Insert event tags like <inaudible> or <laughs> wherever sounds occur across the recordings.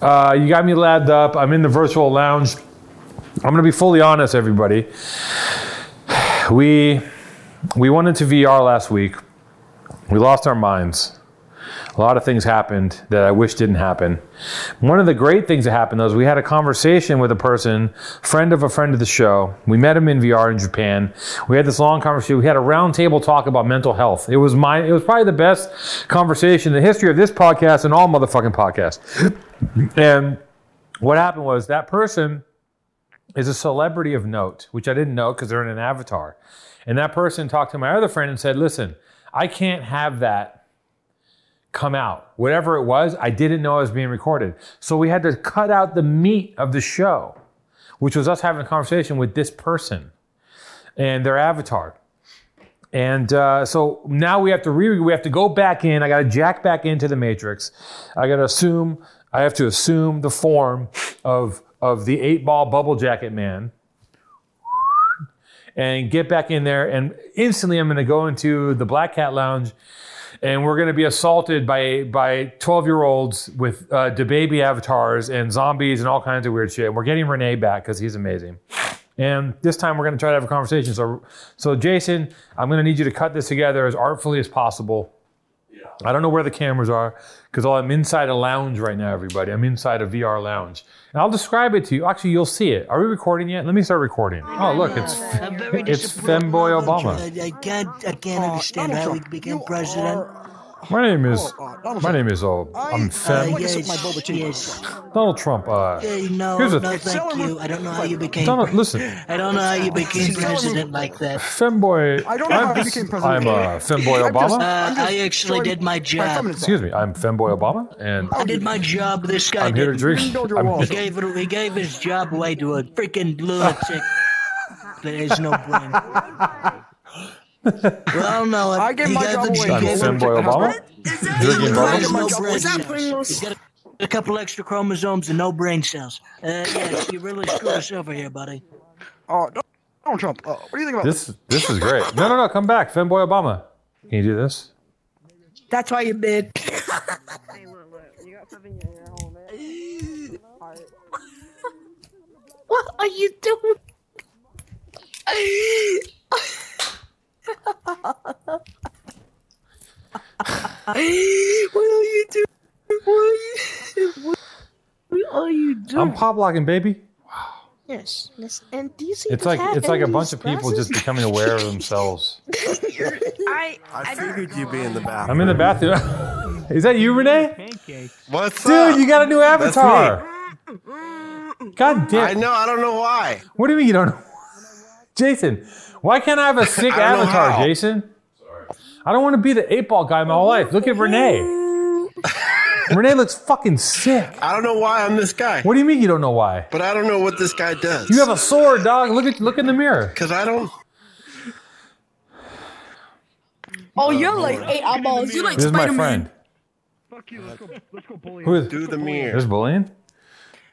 Uh, you got me labbed up. I'm in the virtual lounge. I'm gonna be fully honest, everybody. <sighs> We we went into VR last week. We lost our minds. A lot of things happened that I wish didn't happen. One of the great things that happened though is we had a conversation with a person, friend of a friend of the show. We met him in VR in Japan. We had this long conversation. We had a roundtable talk about mental health. It was my it was probably the best conversation in the history of this podcast and all motherfucking podcasts. And what happened was that person is a celebrity of note, which I didn't know because they're in an avatar. And that person talked to my other friend and said, Listen, I can't have that come out. Whatever it was, I didn't know it was being recorded. So we had to cut out the meat of the show, which was us having a conversation with this person and their avatar. And uh, so now we have to re we have to go back in. I got to jack back into the matrix. I got to assume I have to assume the form of of the eight ball bubble jacket man and get back in there and instantly I'm going to go into the black cat lounge and we're going to be assaulted by by 12 year olds with uh, baby avatars and zombies and all kinds of weird shit. And we're getting Renee back because he's amazing. And this time we're going to try to have a conversation. So, so Jason, I'm going to need you to cut this together as artfully as possible. I don't know where the cameras are because I'm inside a lounge right now, everybody. I'm inside a VR lounge. And I'll describe it to you. Actually, you'll see it. Are we recording yet? Let me start recording. Oh, look, it's I'm very it's disappointed. Femboy Obama. I, I can't, I can't Oh, understand how he became president. My name is my name is uh, I'm Oh, Uh, Fem yes, my boba tea. yes. Donald Trump. Uh, Hey, no, Here's the no, thing. thank you. I don't know how you became. Donald, pre- listen, I don't know how you became president like that. Femboy. I don't know I'm, how I became I'm president. uh, Femboy I'm Obama. just- Uh, just I actually showing did my My job. feminine side. Excuse me, I'm Femboy Obama, and I did my job. This guy I'm here to did. drink. Build your I'm- walls. He gave it. He gave his job away to a freaking blue <laughs> chick. There's no blame. well, no, I gave he my gave job it- he away. I'm gave it- Femboy Obama. Drinking There's bubbles. no Was brain that cells. You got a, a couple extra chromosomes and no brain cells. Uh, yes, you really screwed us over here, buddy. Uh, Don- Donald Trump. Uh, what do you think about this? This this is great. No, no, no, come back, Femboy Obama. Can you do this? That's why you bid. What are you doing? what are you doing? What are you, what are you doing? I'm pop locking, baby. yes, yes. And do you see It's what's like it's like a happening bunch in of people these just becoming aware of themselves. I, I figured you'd be in the bathroom. I'm in the bathroom. <laughs> is that you, Renee? What's up? Dude, you got a new avatar. God I damn. know. I don't know why. What do you mean you don't know? Jason, why can't I have a sick I don't know avatar, how. Jason? I don't want to be the eight ball guy my whole life. Look at Renee. Renee looks fucking sick. I don't know why I'm this guy. What do you mean you don't know why? But I don't know what this guy does. You have a sword, dog. Look at look in the mirror. Cause I don't. Oh, you're like eight eyeballs. You're like This is my Spider-Man. friend. Who is Do the mirror. there's bullying?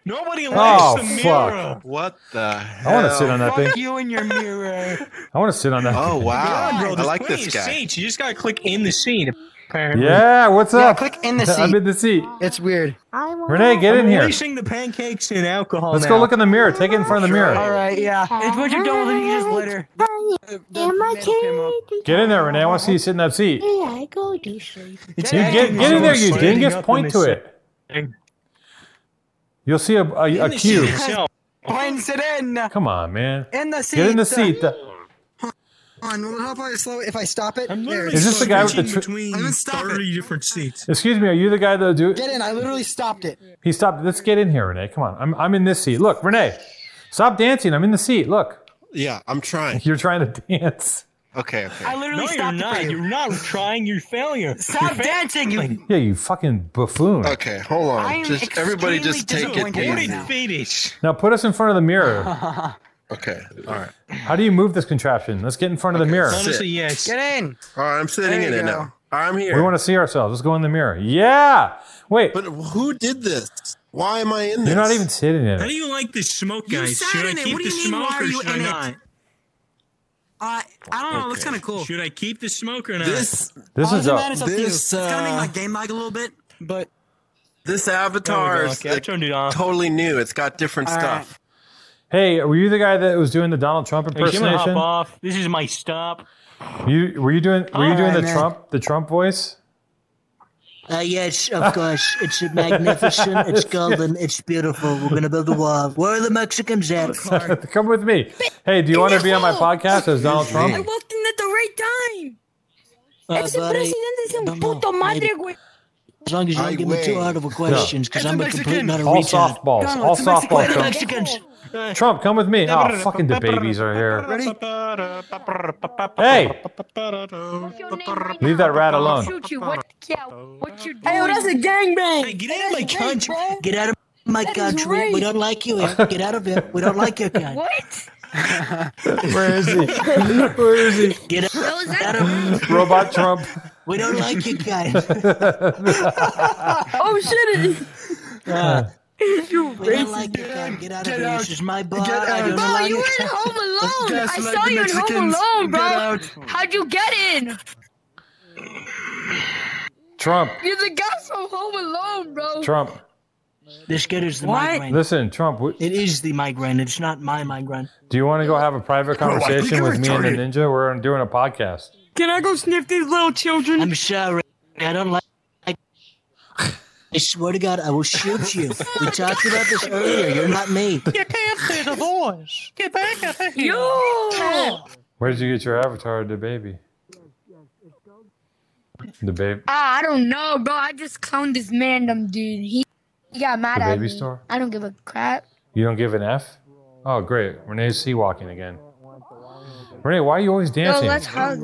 Nobody likes Oh the mirror. fuck! What the I hell? want to sit on that thing. You and your mirror. I want to sit on that. Oh wow! Bro, I there's like plenty this of guy. seats. You just gotta click in the scene. Apparently. Yeah, what's Yeah, up? click in the <laughs> I'm seat. in the seat. It's weird. I want Renee, get in here. Releasing the pancakes and alcohol. Let's now. go look in the mirror. Take it in front of the All mirror. right, yeah. It's what you're doing with you just later. Am I kidding? Get in there, Renee. I want to see you sit in that seat. You Yeah, I go to sleep. It's get acting as get in though there, it's you standing dingus. up in Point the to it. thing. You'll see a a, a In the seat cube. itself. Prince it in. Come on, man. In the seat. Get in the seat. On. How if I slow? If I stop it, I'm there. literally Is this the guy with the switching tr- between I'm gonna stop it. 30 different seats? Excuse me, are you the guy that do? Get in. I literally stopped it. He stopped. Let's get in here, Renee. Come on. I'm I'm in this seat. Look, Renee. Stop dancing. I'm in the seat. Look, <laughs> Yeah, I'm trying. you're trying to dance. Okay, okay. I literally No, you're stopped it for not. you. You're not trying. You're failing. Stop dancing, you. Yeah, you fucking buffoon. Okay, hold on. I am just everybody, just take extremely it disappointed easy. now. fetus. Now put us in front of the <laughs> mirror. Okay, all right. How do you move this contraption? Let's get in front of the mirror. Honestly, yes. Get in. All right, I'm sitting There in you it go. now. I'm here. We want to see ourselves. Let's go in the mirror. Yeah. Wait, but who did this? Why am I in this? you're not even sitting in How do it. you like this smoke, You guys? sat Should I in it. keep What do the you mean, why smoke are or you should I in it? not? I, I don't know. It looks kind of cool. Should I keep the smoke or not? This This is Doesn't matter, up. it's up to you. this It's gonna make my uh, game lag a little bit. But This avatar is okay, I like, turned it on. totally new. It's got different All stuff. Hey, were you the guy that was doing the Donald Trump Hey, Jimmy, hop impersonation? off. This is my stop. You were you doing were you All doing right, the man. Trump the Trump voice? Uh, yes, of course. It's magnificent. It's golden. It's beautiful. We're gonna build a wall. Where are the Mexicans at? <laughs> Come with me. Hey, do you want to be on my podcast as Donald I Trump? walked in at the right time. Uh, Ese buddy, presidente es no, un no, puto madre, güey. as long as you don't I give me too wait. hard of a questions, because It's a I'm a complete Mexican. not a All retard. softballs. Donald, All it's a Mexican. softballs. Where are the Trump. Mexicans? Trump, come with me. Oh, fucking the babies are here. Ready? Hey, What's your name right leave now? that rat alone. Shoot you. What? Yeah. What you doing? Hey, that's a gangbang. Hey, get out of my country. Get out of my That is country. We right. don't like you. here. Get out of here. We don't <laughs> like your kind. What? Where is <laughs> he? Where is he? Get out. That was that. Robot Trump. <laughs> We don't like your kind. oh shit! We don't like your kind. Get out of here. This is my bar. Get I out. don't Bro, like you your were in <laughs> Home Alone. I Gaslight saw the you in Home Mexicans. Alone, Get bro. out. How'd you get in? Trump. You're the guy from Home Alone, bro. Trump. This kid is the migraine. Listen, Trump. w- It is the migraine. It's not my migraine. Do you want to go have a private conversation with me and the ninja? We're doing a podcast. Can I go sniff these little children? I'm sorry. I don't like. I swear to God, I will shoot you. We talked about this earlier. You're not me. You can't say the voice. Get back up here. Yo! Where did you get your avatar, the baby? The babe. Ah, I don't know, bro. I just clowned this random dude. He, he got mad The at baby me. store? I don't give a crap. You don't give an F? Oh, great. Renee's sea walking again. Renee, why are you always Bro, dancing? let's hug.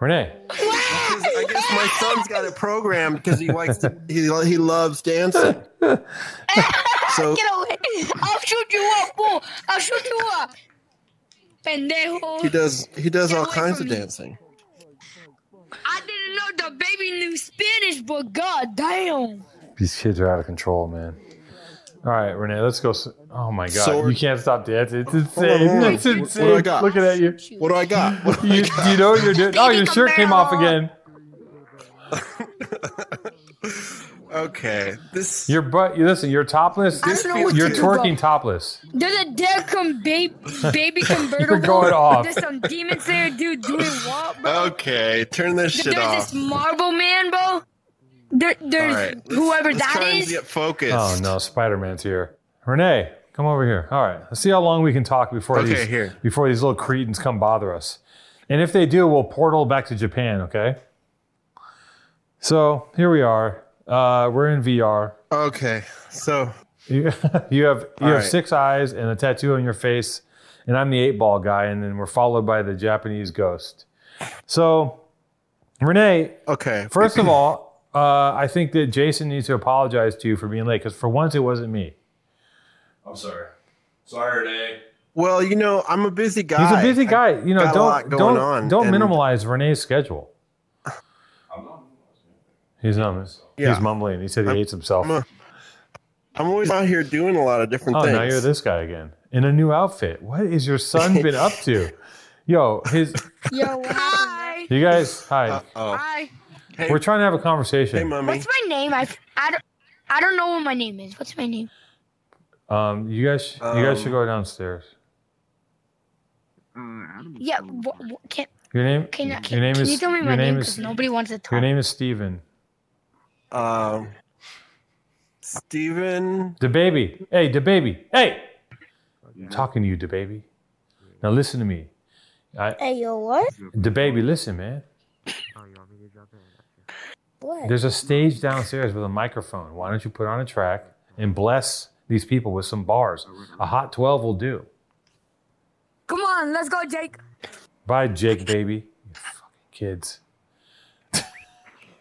Renee, I guess my son's got it programmed because he likes to, he, he loves <laughs> dancing. So Get away! <laughs> I'll shoot you up, fool! I'll shoot you up! Pendejo! he does he does all Get away kinds from of me. dancing. I didn't know the baby knew Spanish, but god damn! these kids are out of control, man. All right, Renee, let's go. s- Oh my God, Sword. you can't stop dancing. It's Hold on, insane. hold on. It's What- insane. what do I got? Looking at you. What do I got? What do I You, got? you know what you're doing. Oh, your Speaking shirt of came off barrel. again. Okay, this Your butt. You listen. You're topless. I don't know what You're to do, twerking topless. There's a dead com babe, <laughs> baby convertible. going off. There's some Demon Slayer dude doing what, bro? okay. Turn this Th- shit there's off. this marble man, bro. There, All there's right, let's- whoever let's that try and is. Get focused. Oh no, Spider Man's here. Renee, come over here. All right, let's see how long we can talk before Okay, these here. before these little cretins come bother us. And if they do, we'll portal back to Japan. Okay. So here we are. Uh, we're in VR. Okay, so You, <laughs> you have you All have right. six eyes and a tattoo on your face, and I'm the eight ball guy, and then we're followed by the Japanese ghost. So, Renee, okay. First of all, uh, I think that Jason needs to apologize to you for being late because for once it wasn't me. I'm sorry. Sorry, Renee. Well, you know I'm a busy guy. He's a busy guy. You know, got a don't lot going don't on, don't and- minimalize Renee's schedule. He's not. Yeah. He's mumbling. He said he hates himself. I'm a- I'm always out here doing a lot of different oh, things. now you're this guy again in a new outfit. What is your son been up <laughs> to? Yo, his Yo, what happened, you guys. Hi, Oh, Hi. hey, we're trying to have a hey, conversation. mummy. What's my name? I, I, don't, I don't know what my name is. What's my name? um, you guys, sh- you guys Um, should go downstairs. Yeah, wh- wh- can, Your name. can, can, your name can is. you tell me your my name? name Because is. nobody wants to talk. Your name is Steven. Um, Steven. The baby. Hey, the baby. Hey. I'm talking to you, the baby. Now listen to me. Hey, yo, what? The baby, listen, man. What? There's a stage downstairs with a microphone. Why don't you put on a track and bless these people with some bars? A hot 12 will do. Come on, let's go, Jake. Bye, Jake, baby. You fucking kids. <laughs>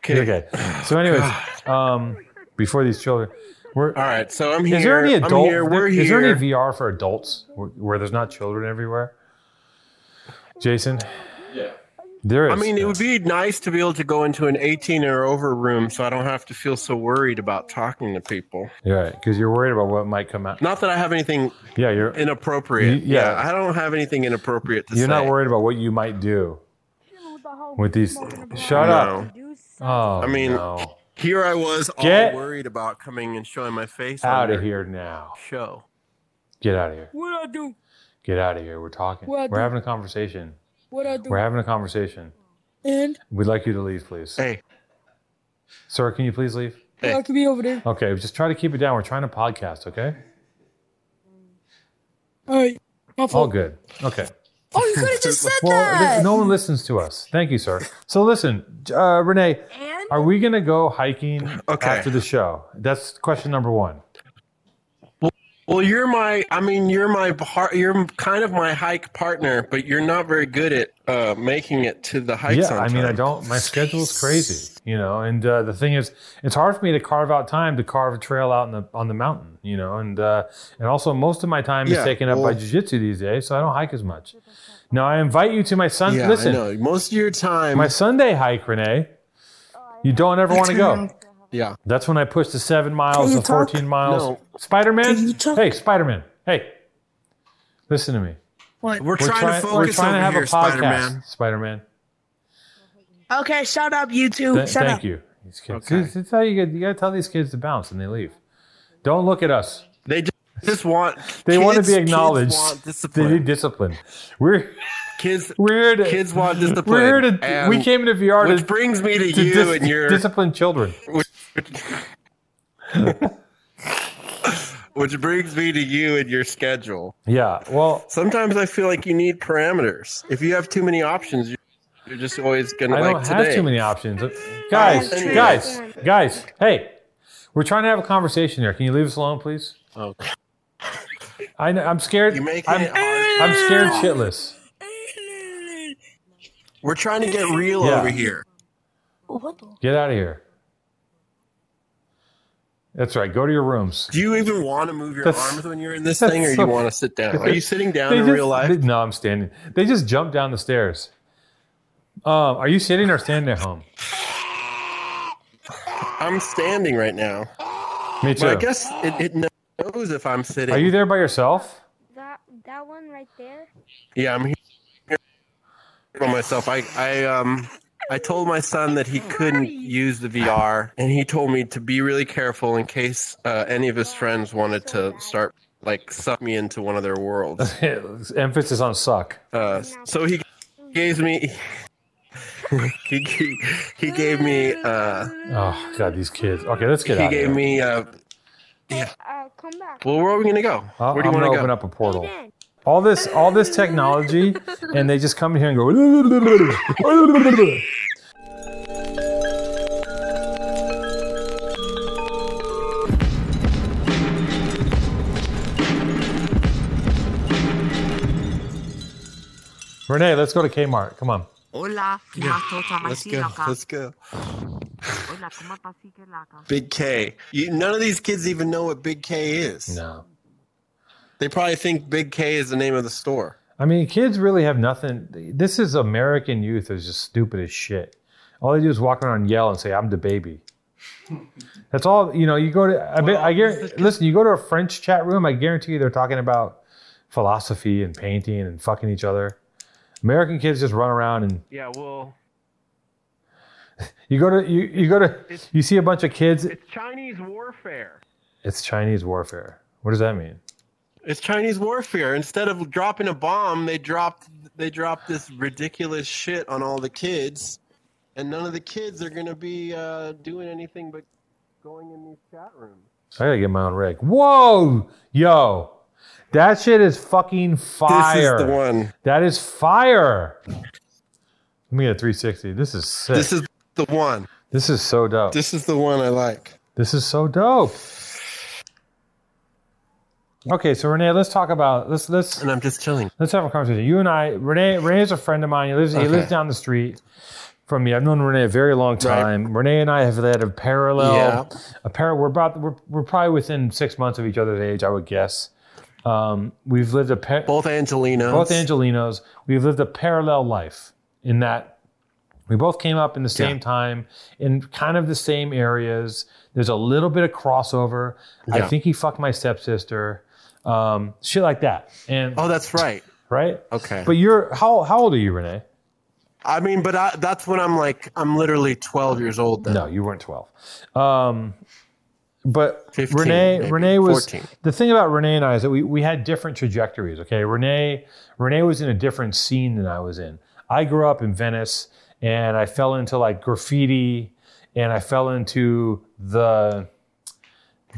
Okay. Okay. So, anyways, um, before these children, we're. All right, so I'm here. Is there any adult? I'm here. We're is here. there any VR for adults where, where there's not children everywhere? Jason, Yeah. there is. I mean, it would be nice to be able to go into an 18 or over room so I don't have to feel so worried about talking to people. Yeah, right, because you're worried about what might come out. Not that I have anything Yeah, you're inappropriate. You- yeah. I don't have anything inappropriate to you're say. not worried about what you might do with these. Shut up. No. Oh, I mean- no. Here I was, all Get worried about coming and showing my face. Out on of your here now. Show. Get out of here. What I do? Get out of here. We're talking. What? We're having a conversation. What I do? We're having a conversation. And We'd like you to leave, please. Hey. Sir, can you please leave? I could be over there. Okay, just try to keep it down. We're trying to podcast, okay? All right. My All fault. good. Okay. Oh, you could have just said Well, that. th- no one listens to us. Thank you, sir. So listen, uh, Renee, And are we going to go hiking Okay. after the show? That's question number one. Well, you're my. I mean, you're my. par- You're kind of my hike partner, but you're not very good at uh, making it to the hikes. yeah, on I mean, I time. don't. My schedule's crazy, you know. And uh, the thing is, it's hard for me to carve out time to carve a trail out in the on the mountain, you know. And uh, and also, most of my time is Yeah, taken up by well- jujitsu these days, so I don't hike as much. Now, I invite you to my Sun. Yeah, I listen, know. Most of your time. my Sunday hike, Renee. Oh, You don't ever want to <laughs> go. yeah. That's when I push the seven miles, you the talk? 14 miles. No. Spider Can you Man? talk? Hey, Spider Man. Hey, listen to me. We're, trying, to focus we're trying over to have here, a podcast. Spider-Man. Spider Man. Okay, shut up, you two. Th- shut thank up. you. These kids. Okay. This, this is how you get, you gotta tell these kids to bounce and they leave. Don't look at us. They just, just want. They want to kids- be acknowledged. Kids want They need discipline. discipline. We're Kids, we're here to, kids want discipline. we're here to and- we came into VR to, which brings me to, to you dis- and your. discipline children. which brings me to you and your schedule. Yeah. Well, Sometimes I feel like you need parameters. If you have too many options, you're- you're just always gonna I like don't today. have too many options. Guys, Anyway. guys, guys, hey. We're trying to have a conversation here. Can you leave us alone, please? Oh. I know, I'm scared. You make I'm, it hard. I'm scared shitless. We're trying to get real Yeah. over here. Get out of here. That's right. Go to your rooms. Do you even want to move your That's- arms when you're in this that's thing, or so- you want to sit down? <laughs> Are you sitting down They in just- real life? they- no, I'm standing. They just jumped down the stairs. Um, are you sitting or standing at home? I'm standing right now. Me too. But I guess it, it knows if I'm sitting. are you there by yourself? <laughs> That that one right there. Yeah, I'm here by myself. I, I um I told my son that he couldn't use the VR, and he told me to be really careful in case uh, any of his friends wanted to start like suck me into one of <laughs> their worlds. Emphasis on suck. Uh, so he gave me. he, he, he gave me uh Oh God, these kids. Okay, let's get he out. gave of here. me uh Uh, come back. well where are we gonna go I'll- where do you Uh, I'm gonna want to open go up a portal. Aiden, All this, all this technology, and they just come in here and go. <laughs> Renee, let's go to Kmart. Come on. Hola, la tota let's go masilaka. let's go Hola, como pasikelaka. big k you, none of these kids even know what big k is No. They probably think Big K is the name of the store. I mean, kids really have nothing. This is American youth is just stupid as shit. All they do is walk around and yell and say, "I'm the <laughs> baby." That's all. You know, you go to. I bet. I guarantee. Listen, you go to a French chat room. I guarantee you, they're talking about philosophy and painting and fucking each other. American kids just run around and Yeah, well, you go to you, you go to you see a bunch of kids. it's Chinese warfare. It's Chinese warfare. What does that mean? It's Chinese warfare. Instead of dropping a bomb, they dropped they dropped this ridiculous shit on all the kids, and none of the kids are gonna be uh, doing anything but going in these chat rooms. I gotta get my own rig. Whoa, yo, that shit is fucking fire. This is the one. That is fire. Let me get a 360. This is sick. This is the one. This is so dope. This is the one I like. This is so dope. Okay, so Renee, let's talk about let's let's And I'm just chilling. let's have a conversation. You and I, Renee, Renee is a friend of mine. He lives he lives Okay. down the street from me. I've known Renee a very long time. Renee and I have had a parallel Yeah. a pair we're about we're, we're probably within six months of each other's age, I would guess. Um, we've lived a par- Both Angelinos. both Angelinos, we've lived a parallel life in that we both came up in the same time in kind of the same areas. There's a little bit of crossover. I Yeah. think he fucked my stepsister, um, shit like that. And Oh, that's right. right, Okay. but you're how how old are you, Renee? I mean, but I, that's when I'm like, I'm literally 12 years old then. No, you weren't 12. Um, but 15, Renee, maybe, Renee was 14. the thing about Renee and I is that we, we had different trajectories. Okay, Renee, Renee was in a different scene than I was in. I grew up in Venice, and I fell into like graffiti, and I fell into the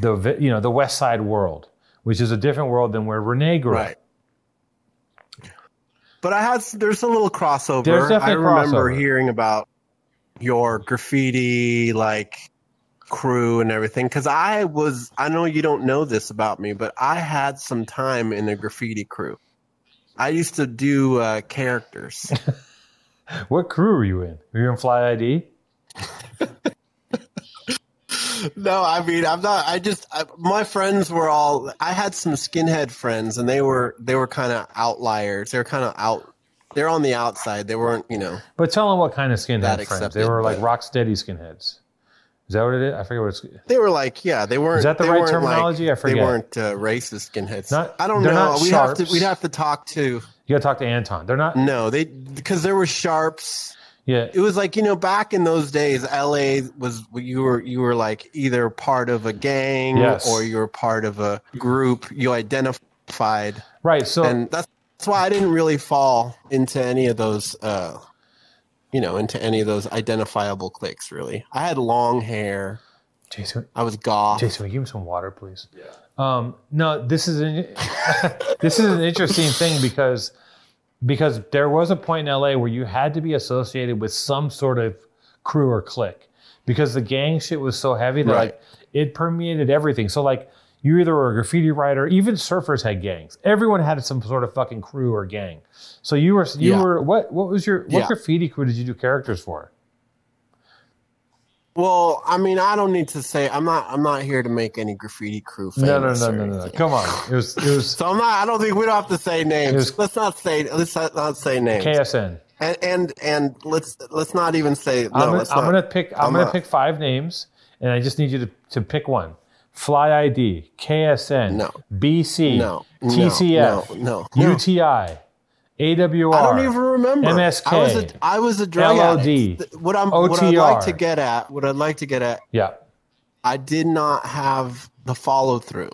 the ve- you know the West Side world, which is a different world than where Renee grew up. Right. But I had there's a little crossover. There's definitely I remember crossover. hearing about your graffiti like crew and everything because I was I know you don't know this about me, but I had some time in the graffiti crew. I used to do uh, characters. What crew were you in? Were you in Fly ID? no, I mean I'm not. I just I, my friends were all. I had some skinhead friends, and they were they were kind of outliers. They were kind of out. They're on the outside. They weren't, you know. But tell them what kind of skinhead That friends. accepted, they were like but- rock steady skinheads. Is that what it is? I forget what it's. They were like, yeah, they weren't. Is that the they right weren't, like- terminology? I forget. They weren't uh, racist skinheads. Not- I don't they're know. not We have to. sharps. We'd have to talk to. You gotta talk to Anton. They're not. No, they because there were sharps. Yeah, It was like you know back in those days, LA was you were you were like either part of a gang Yes. or you were part of a group. You identified, right. So and that's, that's why I didn't really fall into any of those. uh you know, into any of those identifiable cliques, really. I had long hair. Jason, I was goth. Jason, will you give him some water, please? Yeah. Um, no, this is an <laughs> this is an interesting thing because because there was a point in LA where you had to be associated with some sort of crew or clique because the gang shit was so heavy that like, Right. it permeated everything. So like you either were a graffiti writer, even surfers had gangs. Everyone had some sort of fucking crew or gang. So you were you Yeah. were what what was your what Yeah. graffiti crew did you do characters for? Well, I mean, I don't need to say I'm not. I'm not here to make any graffiti crew famous. No, no, no, or no, no, no. anything. Come on. It was it was So I'm not. I don't think we don't have to say names. There's- let's not say. Let's not, not say names. KSN. And, and and let's let's not even say. No, I'm, gonna, let's I'm not. gonna pick. I'm, I'm gonna not. pick five names, and I just need you to, to pick one. Fly ID, KSN, No. BC, no, no, TCF, No, no, no. UTI, AWR. I don't even remember. MSK, I was a, I was a drug LOD, addict. What I'm. What I'd OTR. like to get at. What I'd like to get at. Yeah, I did not have the follow through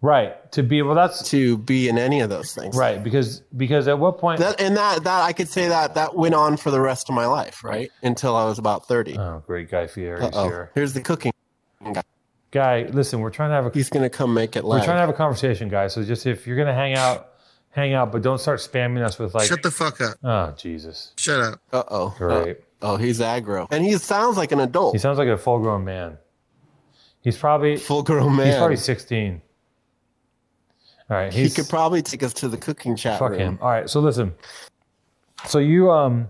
right. To be well, that's to be in any of those things. right because because at what point? That and that that I could say that that went on for the rest of my life, right? Until I was about thirty. oh, great guy Fieri's Uh-oh. here. Here's the cooking. Guy, listen, we're trying to have a He's gonna come make it we're live. trying to have a conversation, guys. So just if you're gonna hang out, hang out, but don't start spamming us with like, Shut the fuck up. oh Jesus, Shut up. Uh oh. great. Oh, he's aggro, and he sounds like an adult, He sounds like a full grown man. He's probably full grown he's man. probably sixteen. All right, He he's could probably take us to the cooking chat fuck room. him. All right, so listen. So you um,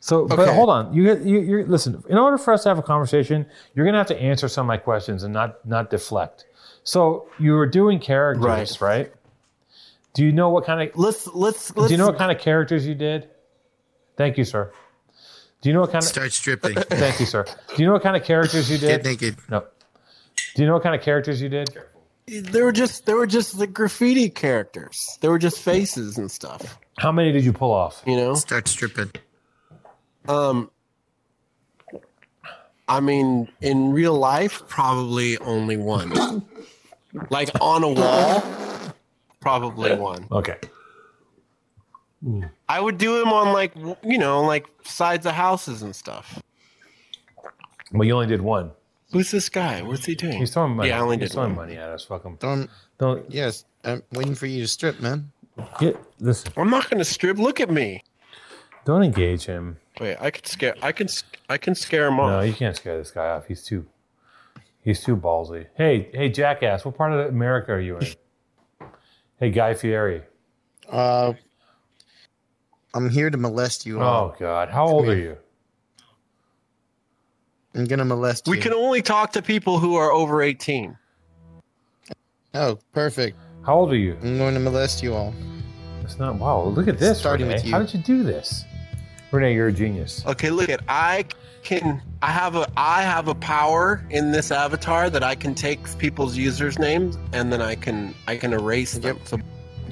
so but Okay. hold on, you you you listen. In order for us to have a conversation, you're gonna have to answer some of my questions and not not deflect. So you were doing characters, right? Right. Do you know what kind of Let's let's let's. do you know what kind of characters you did? Thank you, sir. Do you know what kind of Start stripping. thank you, sir. Do you know what kind of characters <laughs> you Get did? naked. No. Do you know what kind of characters you did? There were just there were just the graffiti characters. There were just faces and stuff. How many did you pull off? You know. Start stripping. Um. I mean, in real life, probably only one. like on a wall, probably one. Okay. I would do them on like w- you know like sides of houses and stuff. Well, you only did one. Who's this guy? What's he doing? He's throwing money. Yeah, I only He's did throwing one. money at us. Fuck him. Don't. Don't Yes, I'm waiting for you to strip, man. get this. I'm not gonna strip. Look at me. Don't engage him. Wait, I can scare. I can. sc- I can scare him No, off. you can't scare this guy off. He's too. He's too ballsy. Hey, hey, jackass! What part of America are you in? hey, Guy Fieri. Uh, I'm here to molest you all. Oh God, how old here. are you? I'm gonna molest we you. can only talk to people who are over 18. Oh, perfect. How old are you? I'm going to molest you all. It's not. Wow, look at this. Starting Renee. with you. How did you do this? Renee, you're a genius. Okay, look at. I can. I have a. I have a power in this avatar that I can take people's users' names and then I can. I can erase them. So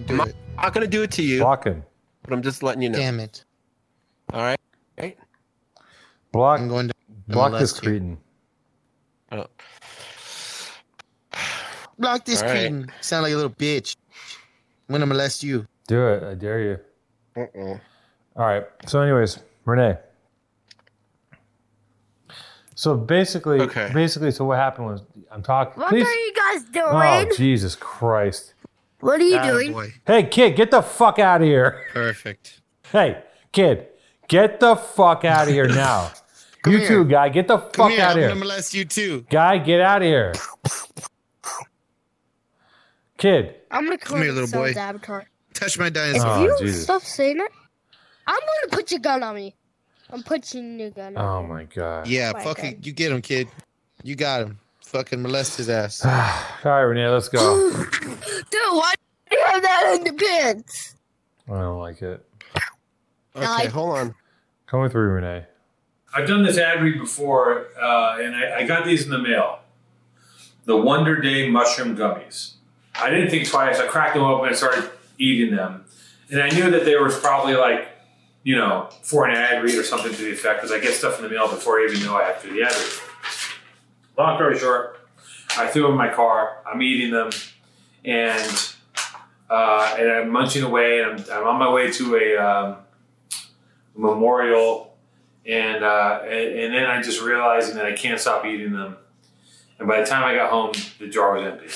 Do My- it. I'm not gonna do it to you, Block him. but I'm just letting you know. Damn it. All right. right? Block. I'm going to Block MLS this too. cretin. Oh. Block this All right. cretin. Sound like a little bitch. I'm gonna molest you. Do it. I dare you. Uh-oh. All right. So, anyways, Renee. So basically, Okay. basically, so what happened was I'm talking. What Please. are you guys doing? Oh Jesus Christ! what are you doing? Hey, kid, get the fuck out of here. <laughs> Perfect. Hey, kid, get the fuck out <laughs> of here now. you here. too, guy, get the Come fuck here, out of I'm here. gonna molest you too. Guy, get out of <laughs> here. Kid, I'm gonna Come here, little boy. Touch my If dinosaur. Oh. you Oh, Jesus. stop saying it, I'm gonna put your gun on me. I'm putting your gun. on Oh my god. Yeah, my fucking, you get him, kid. You got him. Fucking molest his <sighs> ass. All right, Renee, <sighs> let's go. <gasps> Dude, why do you have that in the pants? I don't like it. Okay, I- hold on. Coming through, Renee. I've done this ad read before, uh, and I, I got these in the mail. The Wonder Day mushroom gummies. I didn't think twice. I cracked them open and started eating them, and I knew that there was probably like, you know, for an ad read or something to the effect, because I get stuff in the mail before I even know I have to do the ad read. Long story short, I threw them in my car. I'm eating them, and uh, and I'm munching away, and I'm, I'm on my way to a um, memorial and, uh, and and then I just realized that I can't stop eating them. And by the time I got home, the jar was empty.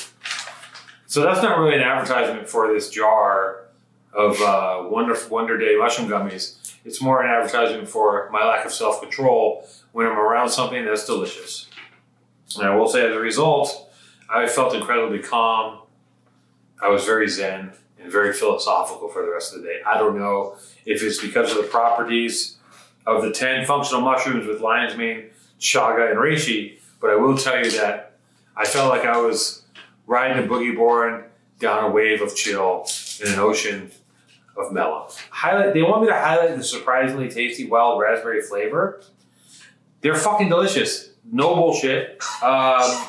So that's not really an advertisement for this jar of uh, Wonder Wonder Day mushroom gummies. It's more an advertisement for my lack of self control when I'm around something that's delicious. And I will say, as a result, I felt incredibly calm. I was very zen and very philosophical for the rest of the day. I don't know if it's because of the properties of the 10 functional mushrooms with lion's mane, shaga, and reishi. But I will tell you that I felt like I was riding a boogie board down a wave of chill in an ocean of mellow. Highlight. They want me to highlight the surprisingly tasty wild raspberry flavor. They're fucking delicious. No bullshit. Um,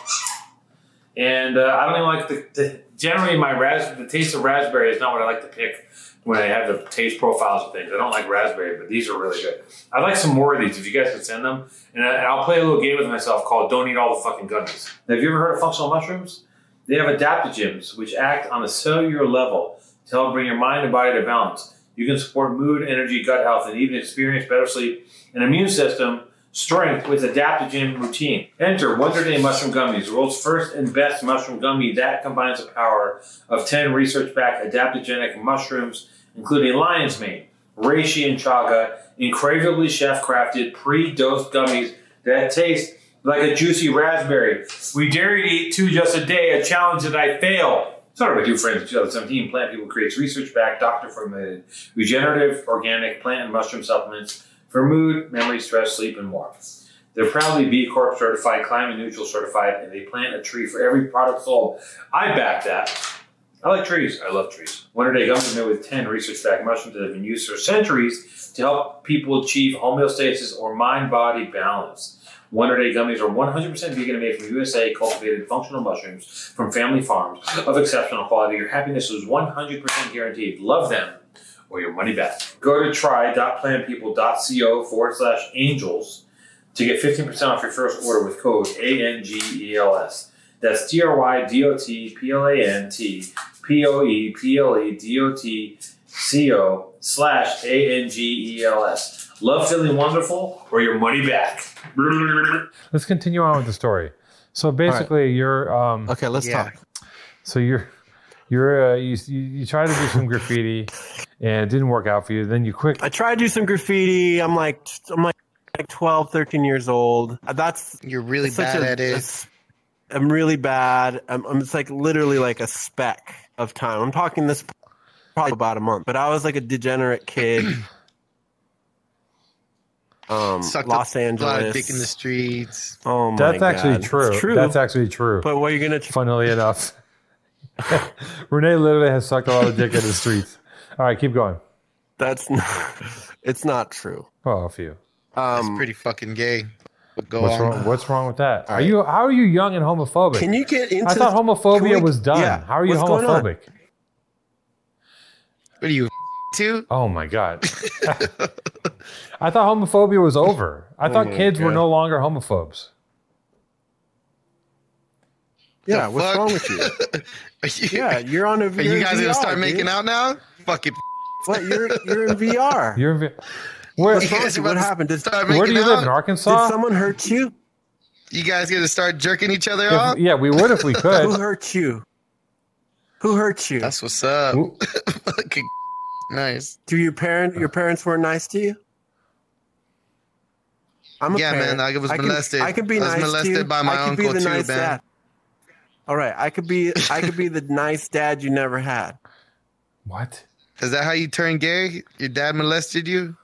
and uh, I don't even like the, the generally my ras- the taste of raspberry is not what I like to pick when I have the taste profiles of things. I don't like raspberry, but these are really good. I'd like some more of these if you guys can send them, and, I, and I'll play a little game with myself called "Don't Eat All the Fucking Gummies." Now, have you ever heard of functional mushrooms? They have adaptogens which act on a cellular level to help bring your mind and body to balance. You can support mood, energy, gut health, and even experience better sleep and immune system strength with adaptogen routine. Enter Wonder Day Mushroom Gummies, the world's first and best mushroom gummy that combines the power of 10 research-backed adaptogenic mushrooms, including lion's mane, reishi, and chaga, in craveably chef-crafted pre-dosed gummies that taste like a juicy raspberry. We dare you to eat two just a day, a challenge that I failed. Started with two friends in 2017, Plant People creates research-backed, doctor-formulated, regenerative, organic plant and mushroom supplements for mood, memory, stress, sleep, and more. They're proudly B Corp certified, climate neutral certified, and they plant a tree for every product sold. I back that. I like trees. I love trees. Wonder Day gummies made with 10 research backed mushrooms that have been used for centuries to help people achieve homeostasis or mind body balance. Wonder Day gummies are 100% vegan and made from USA cultivated functional mushrooms from family farms of exceptional quality. Your happiness is 100% guaranteed. Love them or your money back. Go to try.planpeople.co forward slash angels to get 15% off your first order with code ANGELS. E That's T R Y D O T P L A N T P O E P L E D O T C O slash A N G E L S. Love feeling wonderful or your money back. Let's continue on with the story. So basically, you're um, Okay, let's Yeah. talk. So you're you're uh, you, you you try to do some graffiti, and it didn't work out for you. Then you quick. I tried to do some graffiti. I'm like, I'm like, like 12, 13 years old. Uh, That's You're really it's such bad a- at it. it's- I'm really bad. I'm, I'm. It's like literally like a speck of time. I'm talking this probably about a month, but I was like a <clears throat> degenerate kid. Um, Sucked up Los A lot of Angeles. dick in the streets. oh my That's actually God. It's true. true. That's actually true. but what are you gonna? Try? Funnily enough, <laughs> Renee literally has sucked a lot of dick in the streets. All right, keep going. That's not. <laughs> It's not true. Oh, a few. That's Um, pretty fucking gay. But go What's on. wrong? What's wrong with that? Are right. you? How are you young and homophobic? can you get into? I thought can we- homophobia was done. yeah, how are you what's going on? homophobic? What are you, <laughs> to? Oh my god! <laughs> I thought homophobia was over. I Oh thought my kids were God. no longer homophobes. Yeah, what's wrong with <laughs> you? yeah, you're on a. Are you guys gonna start making out now? Fucking. What you're you're in <laughs> VR. You're in VR. Where, What's wrong with you? what happened? Did, Start making out? Did someone hurt you? You guys gonna start jerking each other If- off? yeah, we would if we could. Who hurt you? Who hurt you? That's what's up. <laughs> Fucking nice. Do your parent Uh. your parents were nice to you? I'm a Yeah, parent. man, I was can- molested. I could I be was nice to molested you. by my I could be uncle the too, nice man. dad. All right, I could be I <laughs> could be the nice dad you never had. What? Is that how you turn gay? Your dad molested you?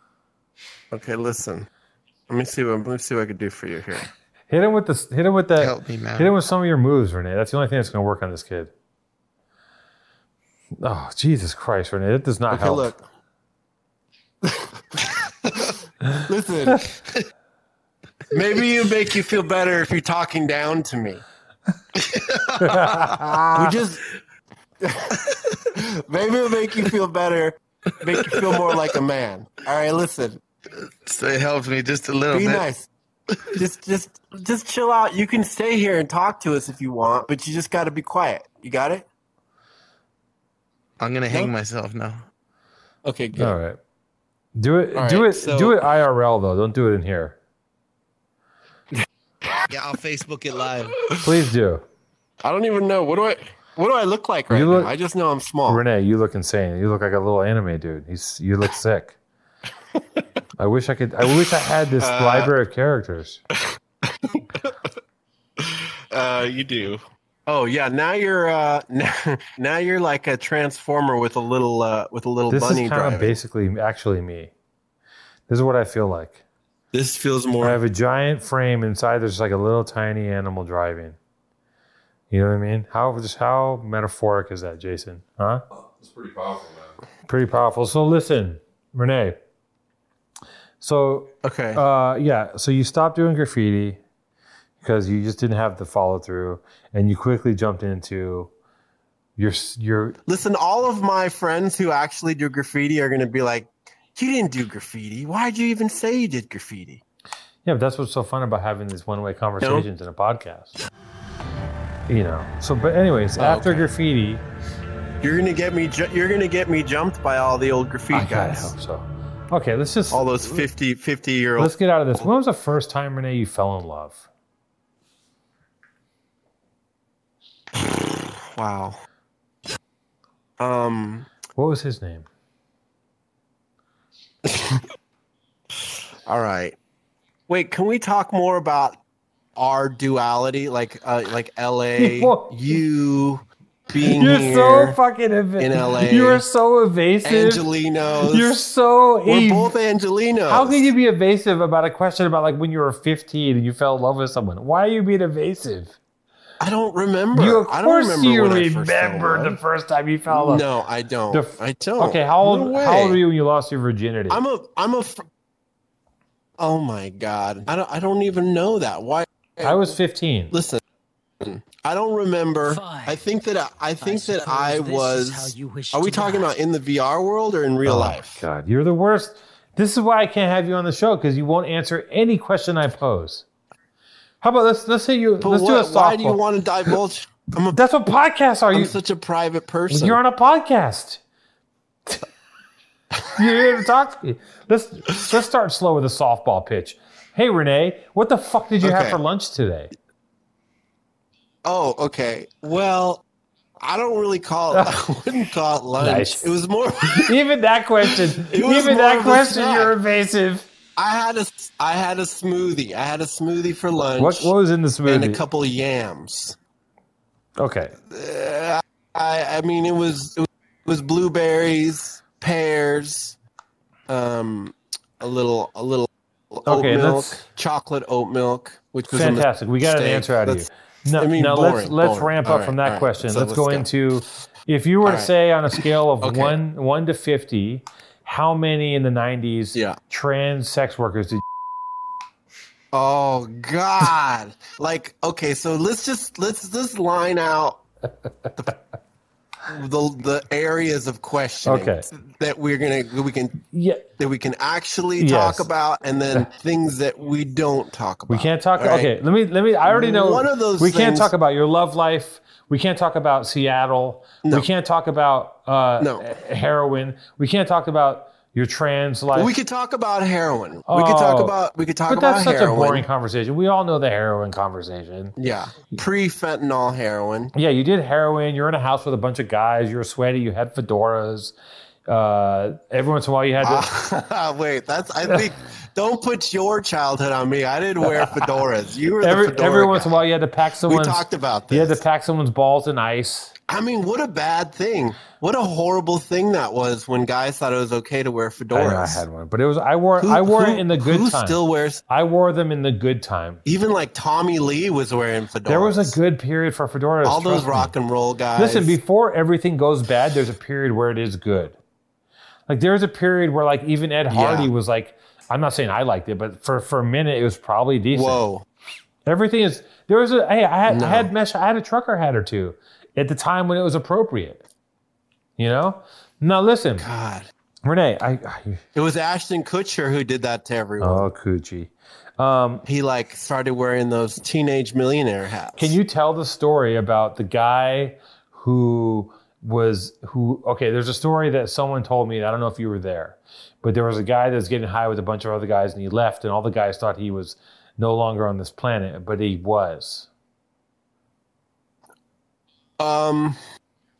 Okay, listen. Let me see what let me see what I could do for you here. Hit him with the hit him with that. Help me, man. Hit him with some of your moves, Renee. That's the only thing that's going to work on this kid. Oh Jesus Christ, Renee! That does not Okay, help. look. <laughs> Listen. Maybe it make you feel better if you're talking down to me. we just <laughs> maybe it'll make you feel better, make you feel more like a man. All right, listen. So it helps me just a Oh, little Be bit. nice. Just just just chill out. You can stay here and talk to us if you want, but you just gotta be quiet. You got it? I'm gonna hang No? myself now. Okay, good. All right. Do it. All do right, it. so- do it IRL though. Don't do it in here. Yeah, I'll Facebook it live. Please do. I don't even know. What do I what do I look like right You look- now? I just know I'm small. Renee, you look insane. You look like a little anime dude. He's. You look <laughs> sick. I wish I could. I wish I had this Uh, library of characters. <laughs> Uh, you do. Oh yeah, now you're uh <laughs> now, now you're like a transformer with a little uh with a little This is bunny kind driving. of basically actually me. This is what I feel like. This feels more. I have a giant frame inside. There's like a little tiny animal driving. You know what I mean? How just how metaphoric is that, Jason? Huh? It's pretty powerful, man. Pretty powerful. So listen, Renee. So okay, uh, yeah. So you stopped doing graffiti because you just didn't have the follow through, and you quickly jumped into your s- your. Listen, all of my friends who actually do graffiti are gonna be like, "You didn't do graffiti. Why'd you even say you did graffiti?" Yeah, but that's what's so fun about having these one way conversations in a podcast. You know. So, but anyways, Oh, after graffiti, You're gonna get me. Ju- you're gonna get me jumped by all the old graffiti guys. I hope so. Okay, let's just all those 50, 50 year let's olds. get out of this. When was the first time, Renee, you fell in love? Wow. Um. What was his name? All right. Wait, can we talk more about our duality, like uh, like <laughs> LA, What? you being You're here so fucking ev- in LA, <laughs> You are so evasive. Angelinos. You're so We're ev- both Angelinos. How can you be evasive about a question about like when you were 15 and you fell in love with someone? Why are you being evasive? I don't remember. You, of I don't course remember you when I first remember saw the first time you fell in love. No, I don't. The f- I don't. Okay, how old, No how old way. were you when you lost your virginity? I'm a I'm a. Fr- oh my god! I don't I don't even know that. Why? I was 15. Listen, I don't remember. I think that I, I think that I was. Are we talking about in the VR world or in real Oh my life? God, you're the worst. This is why I can't have you on the show because you won't answer any question I pose. How about let's let's say you But let's do a what- softball. why do you want to divulge? I'm a, That's what podcasts <laughs> are. I'm you such a private person. You're on a podcast. <laughs> You're here to talk to me. Let's let's start slow with a softball pitch. Hey Renee, what the fuck did you have Okay. for lunch today? oh, okay. Well, I don't really call <laughs> it. I wouldn't call it lunch. Nice. It was more. <laughs> Even that question, It was even more that of a question, snack. you're evasive. I had a I had a smoothie. I had a smoothie for lunch. What what was in the and a smoothie? couple yams. okay, Uh, I I mean it was it was blueberries, pears, um, a little a little oat Okay, milk, let's- chocolate oat milk, which was a fantastic. We got an mistake. answer out of you. That's- No, I mean, now let's boring, let's boring. ramp up All right, from that all right. question. So let's go go. into if you were All to right. say on a scale of Okay. one one to fifty, how many in the nineties Yeah. trans sex workers did? Oh God! like okay, so let's just let's just line out the, the the areas of questioning Okay. that we're gonna that we can yeah that we can actually Yes. talk about, <laughs> and then things that we don't talk about. We can't talk. All right. Okay, let me let me. I already know One of those We can't things- talk about your love life. We can't talk about Seattle. We can't talk about uh, No. eh, heroin. We can't talk about your trans life. We could talk about heroin. we could talk Oh. about we could talk but about that's such heroin. a boring conversation. We all know the heroin conversation. Yeah, pre fentanyl heroin. Yeah, you did heroin. You're in a house with a bunch of guys. You were sweaty. You had fedoras. Uh, every once in a while, you had Ah, to. <laughs> Wait, that's I think. don't put your childhood on me. I <laughs> didn't wear fedoras. You were every, the fedora. every guy. once in a while, you had to pack someone's. talked about You had to pack someone's balls in ice. I mean, what a bad thing! What a horrible thing that was when guys thought it was okay to wear I, fedoras. know I had one, but it was I wore Who- I wore who- it in the good who time. still wears? I wore them in the good time. Even like Tommy Lee was wearing fedoras. There was a good period for fedoras. All those trust me. rock and roll guys. Listen, before everything goes bad, there's a period where it is good. Like there was a period where like even Ed Hardy Yeah. was like, I'm not saying I liked it, but for for a minute it was probably decent. Whoa. Everything is there was a hey, I had No. I had mesh I had a trucker hat or two at the time when it was appropriate. You know? Now listen. God. Renee, I, I it was Ashton Kutcher who did that to everyone. Oh, Coochie. Um, he like started wearing those teenage millionaire hats. Can you tell the story about the guy who was who? Okay, there's a story that someone told me. and I don't know if you were there, but there was a guy that was getting high with a bunch of other guys, and he left, and all the guys thought he was no longer on this planet, but he was. Um,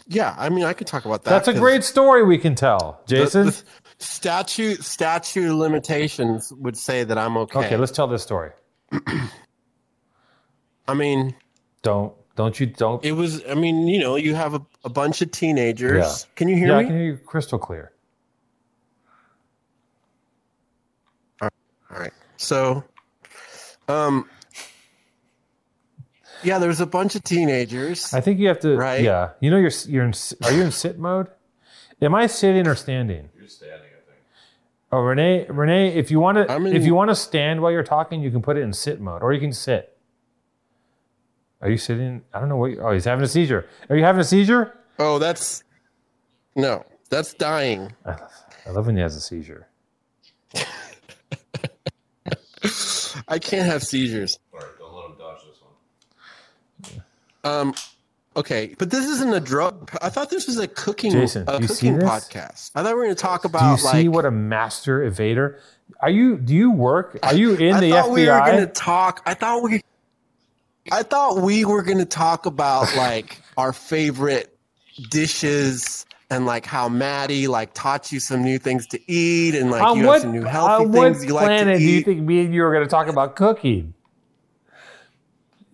yeah, I mean, I could talk about that. That's a 'cause great story we can tell, the- Jason. the statute statute limitations would say that I'm okay. okay, let's tell this story. I mean, don't don't you don't. It was. I mean, you know, you have a, a bunch of teenagers. Yeah. Can you hear yeah, me? I can hear you crystal clear. All right. So, um, yeah, there was a bunch of teenagers. I think you have to. Right. Yeah. You know, you're you're in. Are you in sit mode? Am I sitting or standing? You're standing. Oh, Renee, Renee, if you want to, in- if you want to stand while you're talking, you can put it in sit mode, or you can sit. Are you sitting? I don't know what. You, oh, he's having a seizure. Are you having a seizure? Oh, that's no, that's dying. I love when he has a seizure. I can't have seizures. Don't let him dodge this one. Um, okay, but this isn't a drug. I thought this was a cooking, Jason, a do you see cooking this? podcast. I thought we were going to talk Do you about see like. what a master evader? Are you? Do you work? Are you in I the thought FBI? we were going to talk. I thought we. I thought we were going to <laughs> talk about like our favorite dishes and like how Maddie like taught you some new things to eat and like on you what, have some new on healthy what things you like planet to do you eat. think me and you are going to talk about cooking?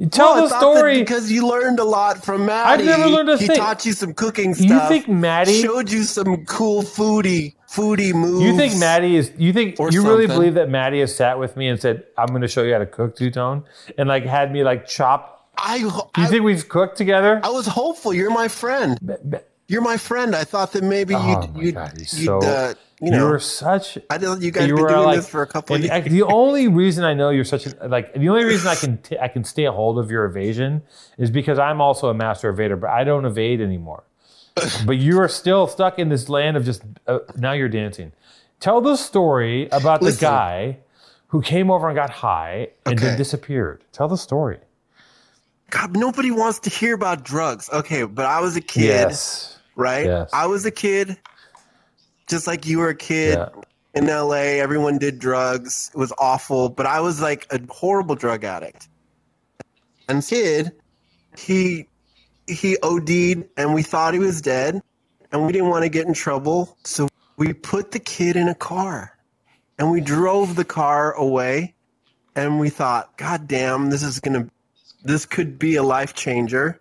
Tell Well, I the thought that story. because you learned a lot from Maddie. never learned a he thing. taught you some cooking You stuff. think Maddie- showed you some cool foodie foodie moves? You think Maddie is? You think Or you really something. believe that Maddie has sat with me and said, "I'm going to show you how to cook two tone," and like had me like chop? I. You think we've cooked together? I was hopeful. You're my friend. You're my friend. I thought that maybe you'd, Oh my you'd, God, he's you'd so- uh, you you know. were such. I don't. You guys you been were doing like this for a couple and years. the only reason I know you're such a like the only reason I can t- I can stay a hold of your evasion is because I'm also a master evader, but I don't evade anymore. but you are still stuck in this land of just uh, now you're dancing. Tell the story about the guy who came over and got high and then disappeared. Tell the story. God, nobody wants to hear about drugs. Okay, but I was a kid, Yes. right? Yes. I was a kid, just like you were a kid Yeah. in L.A. Everyone did drugs. It was awful, but I was like a horrible drug addict. And kid, he he OD'd, and we thought he was dead, and we didn't want to get in trouble, so we put the kid in a car, and we drove the car away, and we thought, God damn, this is gonna this could be a life changer.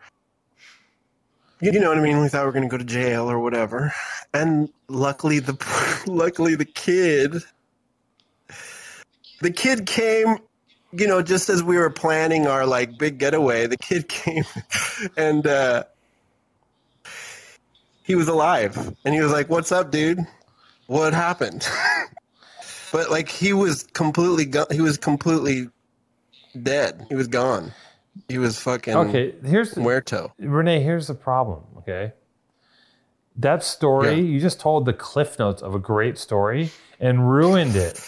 You you know what I mean? We thought we were going to go to jail or whatever, and luckily the <laughs> luckily the kid the kid came. You know, just as we were planning our like big getaway, the kid <laughs> came and uh, he was alive, and he was like, "What's up, dude? What happened?" <laughs> but like he was completely go- he was completely dead. He was gone. He was fucking Okay, here's the- Muerto. Renee, here's the problem, okay? that story you just told the cliff notes of a great story and ruined it.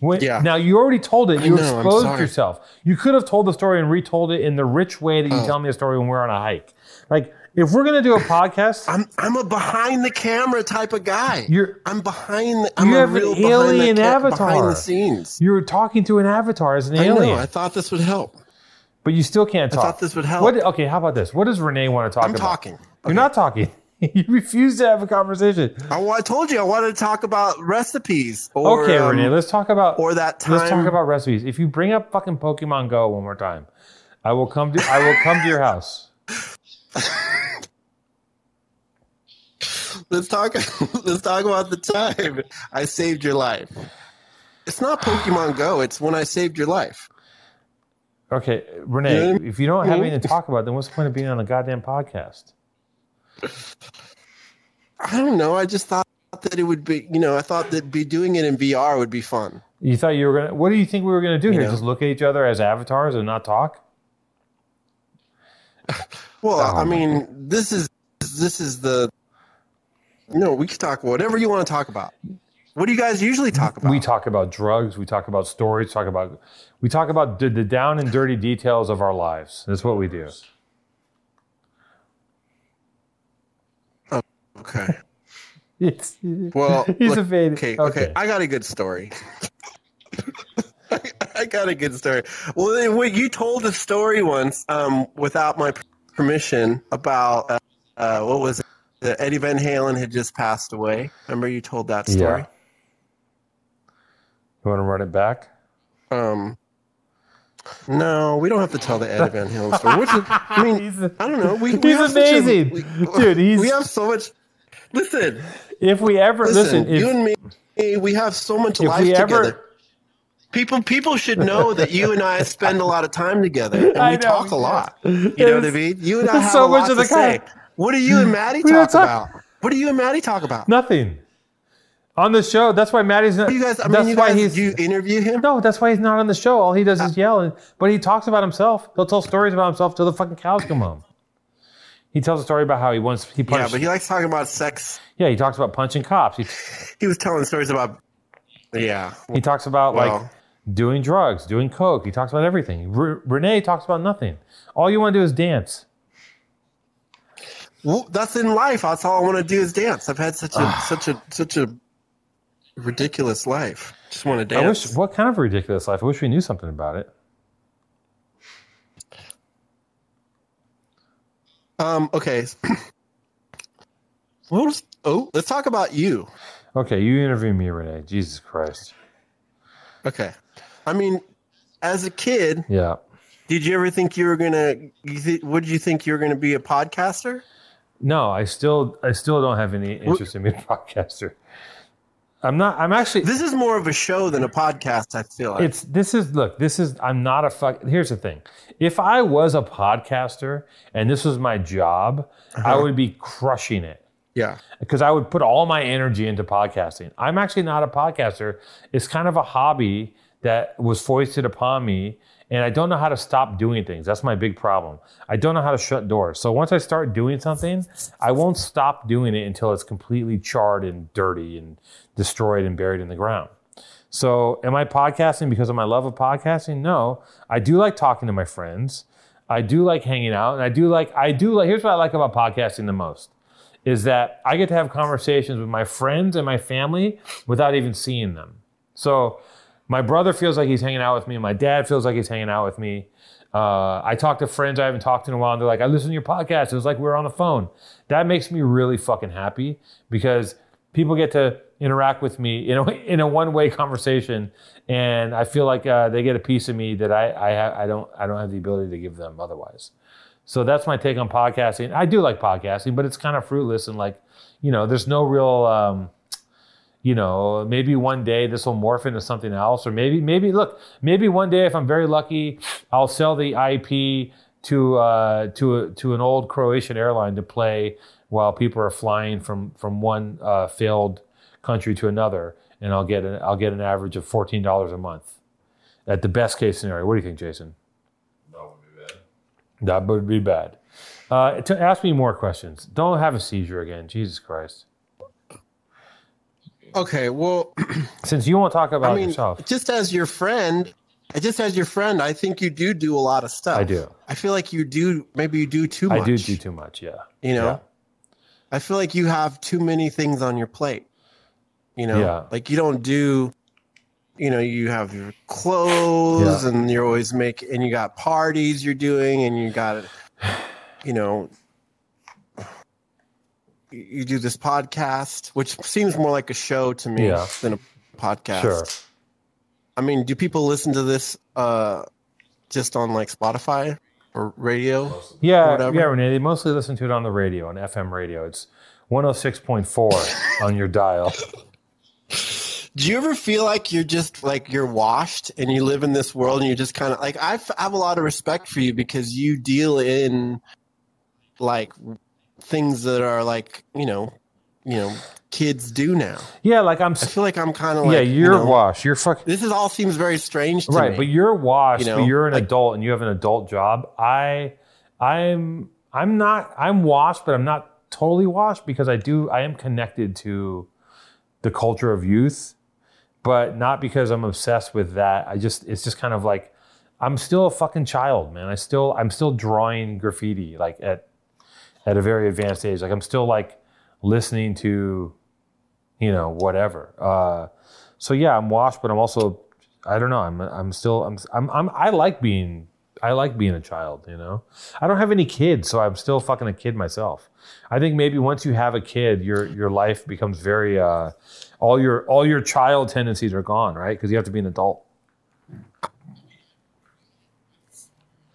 When, yeah. Now you already told it. I You know, I'm exposed sorry. yourself. You could have told the story and retold it in the rich way that you Oh. tell me a story when we're on a hike. Like if we're gonna do a podcast, I'm I'm a behind the camera type of guy. You're I'm behind. The, I'm you a have real an alien behind the ca- avatar. Behind the scenes. You're talking to an avatar as an I know, alien. I thought this would help. But you still can't I talk. thought this would help. What, okay, how about this? What does Renee want to talk I'm about? talking. You're not talking. <laughs> you refuse to have a conversation. I, wa- I told you I wanted to talk about recipes. Or, okay, um, Renee, let's talk about or that time. let's talk about recipes. If you bring up fucking Pokemon Go one more time, I will come to I will come to your house. Let's talk. <laughs> Let's talk about the time I saved your life. It's not Pokemon Go. It's when I saved your life. Okay, Renee, Yeah. if you don't have Yeah. anything to talk about, then what's the point of being on a goddamn podcast? I don't know. I just thought that it would be. You know, I thought that be doing it in VR would be fun. You thought you were gonna what do you think we were gonna do You here? know. Just look at each other as avatars and not talk? Well, Oh, I my mean, this is this is the. No, we can talk whatever you want to talk about. What do you guys usually talk about? We talk about drugs. We talk about stories. Talk about we talk about the, the down and dirty details of our lives. That's what we do. Okay. It's, Well, <laughs> he's look, a fade. Okay, okay, I got a good story. <laughs> I got a good story. Well, then, wait, you told a story once um, without my permission about uh, uh, what was it? That Eddie Van Halen had just passed away. Remember you told that story? You want to run it back? Um, no, we don't have to tell the Eddie Van Halen story. What's it- <laughs> I mean, I don't know. We, we he's have such a- amazing. we- Dude, he's- we have so much. Listen, If we ever listen, listen, if, you and me, we have so much if life we together. ever people people should know that you <laughs> and I spend a lot of time together and we I know, talk yeah. a lot. You know what I mean? You and I It's <laughs> have so a much lot of the to say. kind. What do you and Maddie We don't talk, talk- about? What do you and Maddie talk about? nothing on the show, that's why Maddie's not. You guys, I that's mean, you why guys, he's. you Ah. interview him. no, that's why he's not on the show. All he does is yell, and, but he talks about himself. He'll tell stories about himself till the fucking cows come home. He tells a story about how he once he Yeah, punched. but he likes talking about sex. yeah, he talks about punching cops. He He was telling stories about. Yeah, He talks about Wow. like doing drugs, doing coke. He talks about everything. R- Renee talks about nothing. All you want to do is dance. well, that's in life. That's all I want to do is dance. I've had <sighs> such a such a such a ridiculous life. Just want to dance. I wish. What kind of ridiculous life? I wish we knew something about it. Um. Okay. <clears throat> what was? Oh, let's talk about you. Okay, you interview me, Renee. Jesus Christ. Okay. I mean, as a kid, Yeah. did you ever think you were gonna? You th- would you think you were gonna be a podcaster? No, I still, I still don't have any interest in being a <laughs> podcaster. I'm not. I'm actually. This is more of a show than a podcast. I feel like. It's this is look. This is. I'm not a fuck. Here's the thing. If I was a podcaster and this was my job, I would be crushing it. yeah. because I would put all my energy into podcasting. I'm actually not a podcaster. It's kind of a hobby that was foisted upon me, and I don't know how to stop doing things. That's my big problem. I don't know how to shut doors. So once I start doing something, I won't stop doing it until it's completely charred and dirty and destroyed and buried in the ground. So, am I podcasting because of my love of podcasting? No, I do like talking to my friends. I do like hanging out, and I do like I do like. Here's what I like about podcasting the most is that I get to have conversations with my friends and my family without even seeing them. So my brother feels like he's hanging out with me. My dad feels like he's hanging out with me. Uh, I talk to friends I haven't talked to in a while, and they're like, "I listened to your podcast. It was like we were on the phone." That makes me really fucking happy because people get to interact with me in a in a one way conversation, and I feel like uh, they get a piece of me that I I, ha- I don't I don't have the ability to give them otherwise. So that's my take on podcasting. I do like podcasting, but it's kind of fruitless and like, you know, there's no real, um, you know, maybe one day this will morph into something else, or maybe, maybe look, maybe one day if I'm very lucky, I'll sell the IP to uh, to a, to an old Croatian airline to play while people are flying from from one uh, failed country to another, and I'll get an, I'll get an average of fourteen dollars a month, at the best case scenario. What do you think, Jason? That would be bad. Uh, to ask me more questions. Don't have a seizure again. Jesus Christ. Okay, well, since you won't talk about I mean, yourself, just as your friend, just as your friend, I think you do do a lot of stuff. I do. I feel like you do. Maybe you do too much. I do do too much. Yeah. You know, Yeah. I feel like you have too many things on your plate. You know, Yeah. like you don't do. You know, you have your clothes, Yeah. and you're always make, and you got parties you're doing, and you got, you know, you- you do this podcast, which seems more like a show to me Yeah. than a podcast. Sure. I mean, do people listen to this uh, just on like Spotify or radio? Yeah, or whatever? yeah, Renee. They mostly listen to it on the radio, on FM radio. It's 106.4 on your <laughs> dial. Do you ever feel like you're just like you're washed and you live in this world and you just kind of like I f- I have a lot of respect for you because you deal in like things that are like you know you know kids do now. Yeah, like I'm. I feel like I'm kind of yeah, like you you're know, washed. You're fucking This is all seems very strange to right, me. but you're washed. You know, but you're an adult and you have an adult job. I, I'm, I'm not. I'm washed, but I'm not totally washed because I do. I am connected to the culture of youth, but not because I'm obsessed with that. I just. It's just kind of like I'm still a fucking child, man. I still. I'm still drawing graffiti like at at a very advanced age. Like I'm still like listening to, you know, whatever. Uh, so yeah, I'm washed, but I'm also, I don't know. I'm I'm still I'm I'm, I'm I like being I like being a child. You know, I don't have any kids, so I'm still fucking a kid myself. I think maybe once you have a kid, your your life becomes very uh, all your all your child tendencies are gone, right? Because you have to be an adult.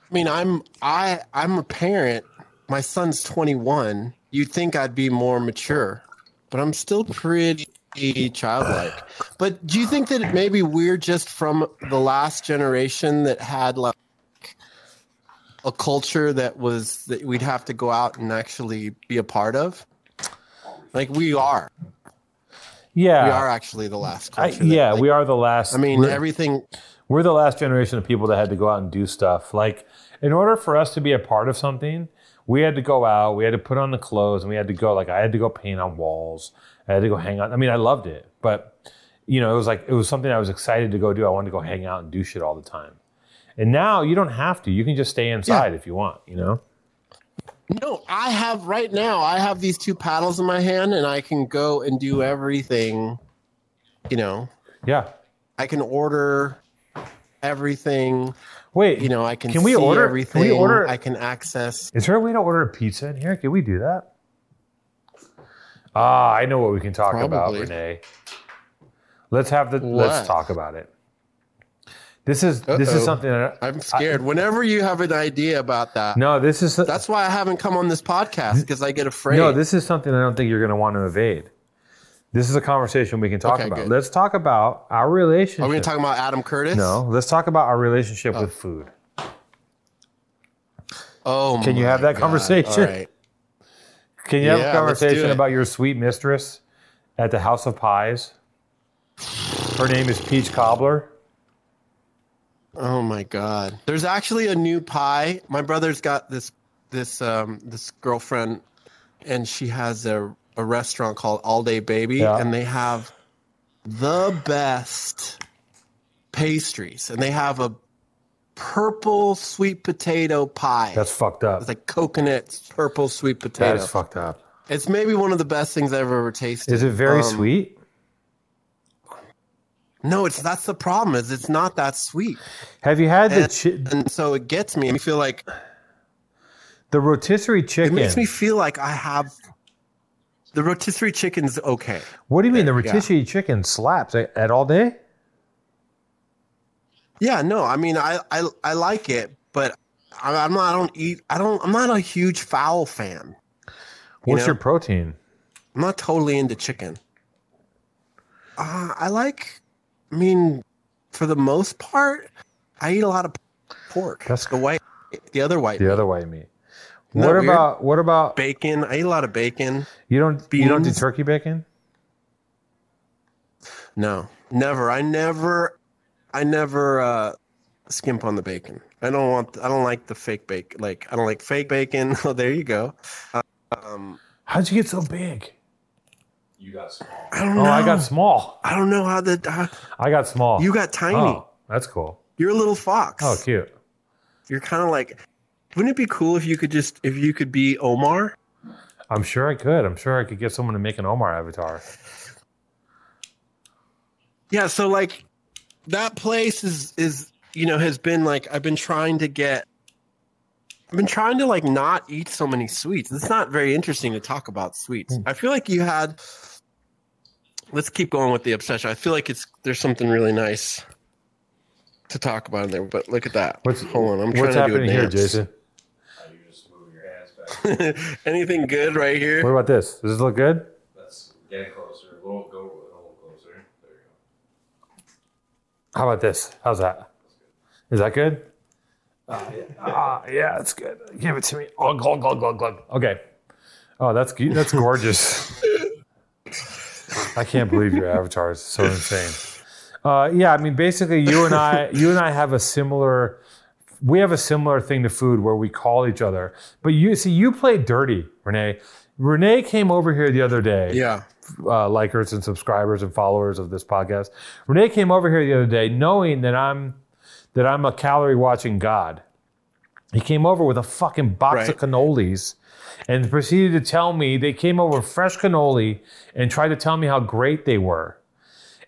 I mean, I'm I I'm a parent. My son's 21. You'd think I'd be more mature, but I'm still pretty childlike. But do you think that maybe we're just from the last generation that had like a culture that was that we'd have to go out and actually be a part of? Like we are. Yeah, We are actually the last I- culture. yeah, we are the last. I mean, we're- everything We're the last generation of people that had to go out and do stuff. Like, in order for us to be a part of something, we had to go out, we had to put on the clothes, and we had to go. Like, I had to go paint on walls, I had to go hang out. I mean, I loved it, but you know, it was like it was something I was excited to go do. I wanted to go hang out and do shit all the time. And now you don't have to. You can just stay inside if you want. You know. No, I have right now. I have these two paddles in my hand, and I can go and do everything. You know, Yeah. I can order everything. Wait, you know, I can. can we see order- can we everything? order- I can access. Is there a way to order a pizza in here? Can we do that? Ah, I know what we can talk about, Probably. Renee. Let's have the What? let's talk about it. This is this Uh-oh. is something that I'm scared. Whenever you have an idea about that, No, this is that's why I haven't come on this podcast because I get afraid. No, this is something I don't think you're going to want to evade. This is a conversation we can talk Okay, about. good. Let's talk about our relationship. Are we gonna talk about Adam Curtis? No, let's talk about our relationship with food. Oh, Can you my have that God. conversation? All right. Can you have Yeah, a let's do conversation it. about your sweet mistress at the House of Pies? Her name is Peach Cobbler. Oh my god. There's actually a new pie. My brother's got this this um this girlfriend and she has a a restaurant called All Day Baby Yeah. and they have the best pastries and they have a purple sweet potato pie. That's fucked up. it's like coconut purple sweet potato. That is fucked up. It's maybe one of the best things I've ever tasted. Is it very Um, sweet? No, it's that's the problem. Is it's not that sweet. Have you had the And, chi- and so it gets me. I feel like the rotisserie It chicken? makes me feel like I have the rotisserie chicken's okay. what do you mean the yeah. rotisserie chicken slaps at, at all day? Yeah, no, I mean I I, I like it, but I, I'm not. I don't eat. I don't. I'm not a huge fowl fan. You What's know? your protein? I'm not totally into chicken. Uh, I like. I mean, for the most part, I eat a lot of pork. That's the white, the other white, The other white meat. Isn't What that weird? about what about bacon. I eat a lot of bacon. you don't you don't do Beans? turkey bacon? No, never. I never. I never uh, skimp on the bacon. I don't want. I don't like the fake bacon. Like I don't like fake bacon. <laughs> Well, there you go. Um, How'd you get so big? You got small. I don't oh, know. I got small. I don't know how the. how- I got small. You got tiny. Oh, that's cool. You're a little fox. Oh, cute. You're kind of like. Wouldn't it be cool if you could just if you could be Omar? I'm sure I could. I'm sure I could get someone to make an Omar avatar. Yeah. So like, that place is is you know has been like I've been trying to get. I've been trying to like not eat so many sweets. It's not very interesting to talk about Hmm. sweets. I feel like you had. Let's keep going with the obsession. I feel like it's there's something really nice to talk about in there. But look at that. What's Hold on, I'm trying What's to do a happening here, dance. Jason? <laughs> Anything good right here? What about this? Does this look good? That's getting closer. A little go a little closer. How about this? How's that? Is that good? Ah, yeah, it's good. Give it to me. Oh, glug, glug, glug, glug. Okay. Oh, that's gu- that's gorgeous. I can't believe your avatar is so insane. Uh, yeah, I mean, basically, you and I, you and I have a similar, we have a similar thing to food where we call each other. But you see, you play dirty, Renee. Renee came over here the other day. Yeah. Uh, likers and subscribers and followers of this podcast. Renee came over here the other day, knowing that I'm that I'm a calorie watching god. He came over with a fucking box of cannolis and proceeded to tell me they came over with fresh cannoli and tried to tell me how great they were.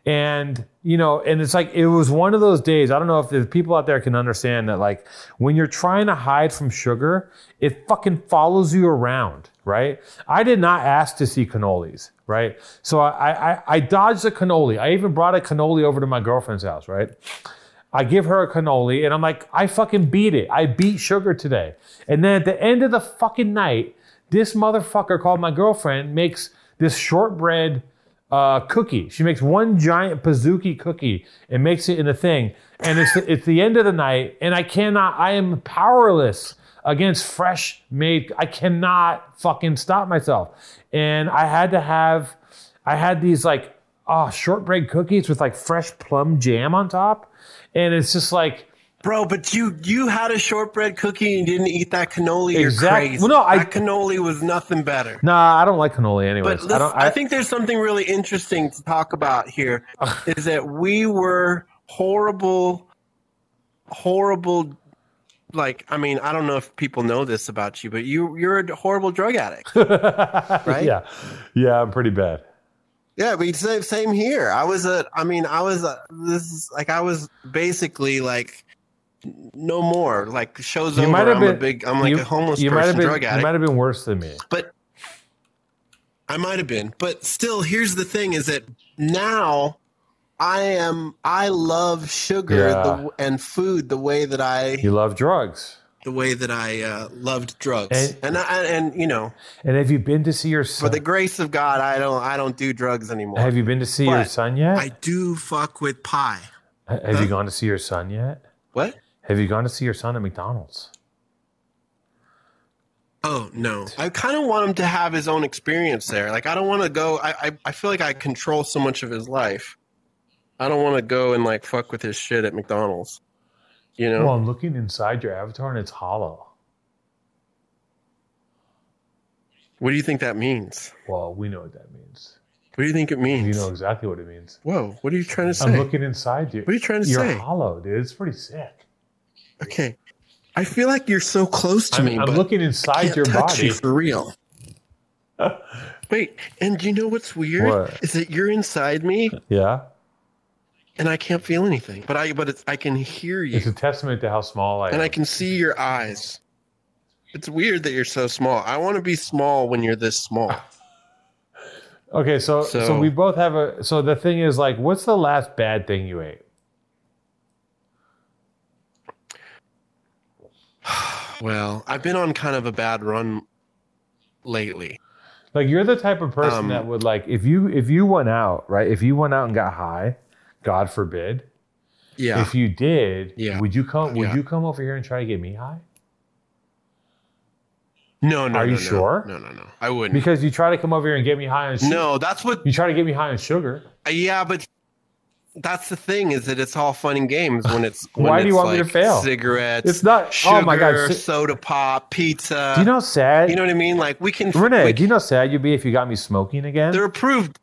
And, you know, and it's like, it was one of those days. I don't know if the people out there can understand that, like, when you're trying to hide from sugar, it fucking follows you around, right? I did not ask to see cannolis, right? So I, I, I dodged a cannoli. I even brought a cannoli over to my girlfriend's house, right? I give her a cannoli and I'm like, I fucking beat it. I beat sugar today. And then at the end of the fucking night, this motherfucker called my girlfriend, makes this shortbread uh, cookie. She makes one giant Pazuki cookie and makes it in a thing. And it's, it's the end of the night and I cannot, I am powerless against fresh made. I cannot fucking stop myself. And I had to have, I had these like, oh, shortbread cookies with like fresh plum jam on top. And it's just like, Bro, but you you had a shortbread cookie and you didn't eat that cannoli. You're Exact- crazy. Well, no, I- that cannoli was nothing better. nah, I don't like cannoli anyways. But I listen, don't, I, think there's something really interesting to talk about <laughs> here. is that we were horrible, horrible. Like, I mean, I don't know if people know this about you, but you you're a horrible drug addict. <laughs> right? Yeah. Yeah, I'm pretty bad. Yeah, but same same here. I was a. I mean, I was a. This is like I was basically like. No more. Like shows over. I'm a big. I'm like you- a homeless you might person, have been, drug addict. You might have been worse than me. but I might have been. But still, here's the thing: is that now I am. I love sugar Yeah. the, and food the way that I You love drugs. the way that I uh, loved drugs, And- and and, I, and you know, And have you been to see your for son? the grace of God, I don't. I don't do drugs anymore. have you been to see your But son yet? I do fuck with pie. Ha- have you gone to see your son yet? What? Have you gone to see your son at McDonald's? Oh no! I kind of want him to have his own experience there. Like I don't want to go. I, I I feel like I control so much of his life. I don't want to go and like fuck with his shit at McDonald's. You know? Well, I'm looking inside your avatar and it's hollow. what do you think that means? Well, we know what that means. What do you think it means? You know exactly what it means. Whoa! What are you trying to say? I'm looking inside you. What are you trying to You're say? hollow, dude. It's pretty sick. okay. I feel like you're so close to I'm, me. I'm but looking I inside can't your touch body. you <laughs> for real. Wait, and you know what's weird What? is that you're inside me Yeah. and I can't feel anything, but I but it's, I can hear you. It's a testament to how small I am. and I can see your eyes. It's weird that you're so small. I want to be small when you're <sighs> this small. Okay, so, so So- we both have a so the thing is like what's the last bad thing you ate? Well, I've been on kind of a bad run lately. Like you're the type of person Um, that would like if you if you went out, right? If you went out and got high, God forbid. Yeah. If you did, Yeah. would you come would Yeah. you come over here and try to get me high? No, no. Are you no, no. sure? No, no, no. I wouldn't. Because you try to come over here and get me high on sugar. no, that's what. You try to get me high on sugar. Yeah, but that's the thing is that it's all fun and games when it's <laughs> Why when do you it's want me to like fail? Cigarettes. It's not- Sugar, oh my God, si- Soda pop, pizza. do you know how sad? You know what I mean? Like we can. Renee, we- do you know how sad you'd be if you got me smoking again? they're approved.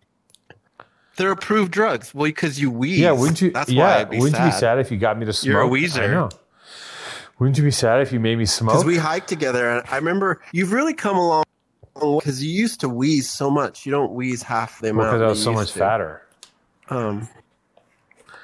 They're approved drugs. Well, because you wheeze. yeah, wouldn't you? That's yeah, why I'd be wouldn't sad. you be sad if you got me to smoke? You're a I wheezer. know. Wouldn't you be sad if you made me smoke? Because we hiked together, and I remember you've really come along because you used to wheeze so much. You don't wheeze half the amount. because I you was so used much to. fatter. Um,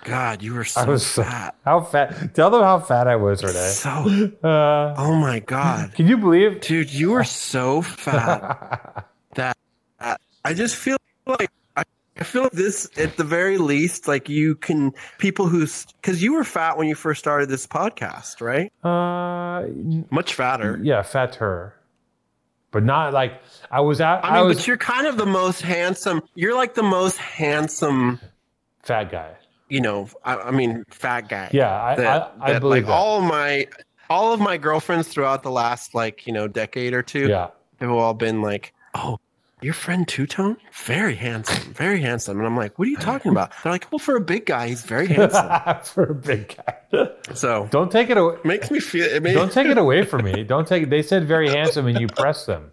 God, you were <laughs> so I was so fat. how fat? Tell them how fat I was, Renee. <laughs> So, <laughs> Uh, oh my God, can you believe, <laughs> Uh, dude, you were so fat that that- I just feel like I, I feel like this at the very least, like you can people who because you were fat when you first started this podcast, right? Uh, much fatter. Yeah, fatter, but not like I was at. I mean, was but you're kind of the most handsome. You're like the most handsome fat guy. You know, I, I mean, fat guy. Yeah, I- I- I believe like that. all my all of my girlfriends throughout the last like you know decade or two. Yeah. have all been like, oh. Your friend Two Tone, very handsome, very handsome, and I'm like, "What are you talking about?" They're like, "Well, for a big guy, he's <laughs> very handsome." for a big guy. So don't take it away. Makes me feel. It may- Don't take it away from me. Don't take. They said very handsome, and you pressed them,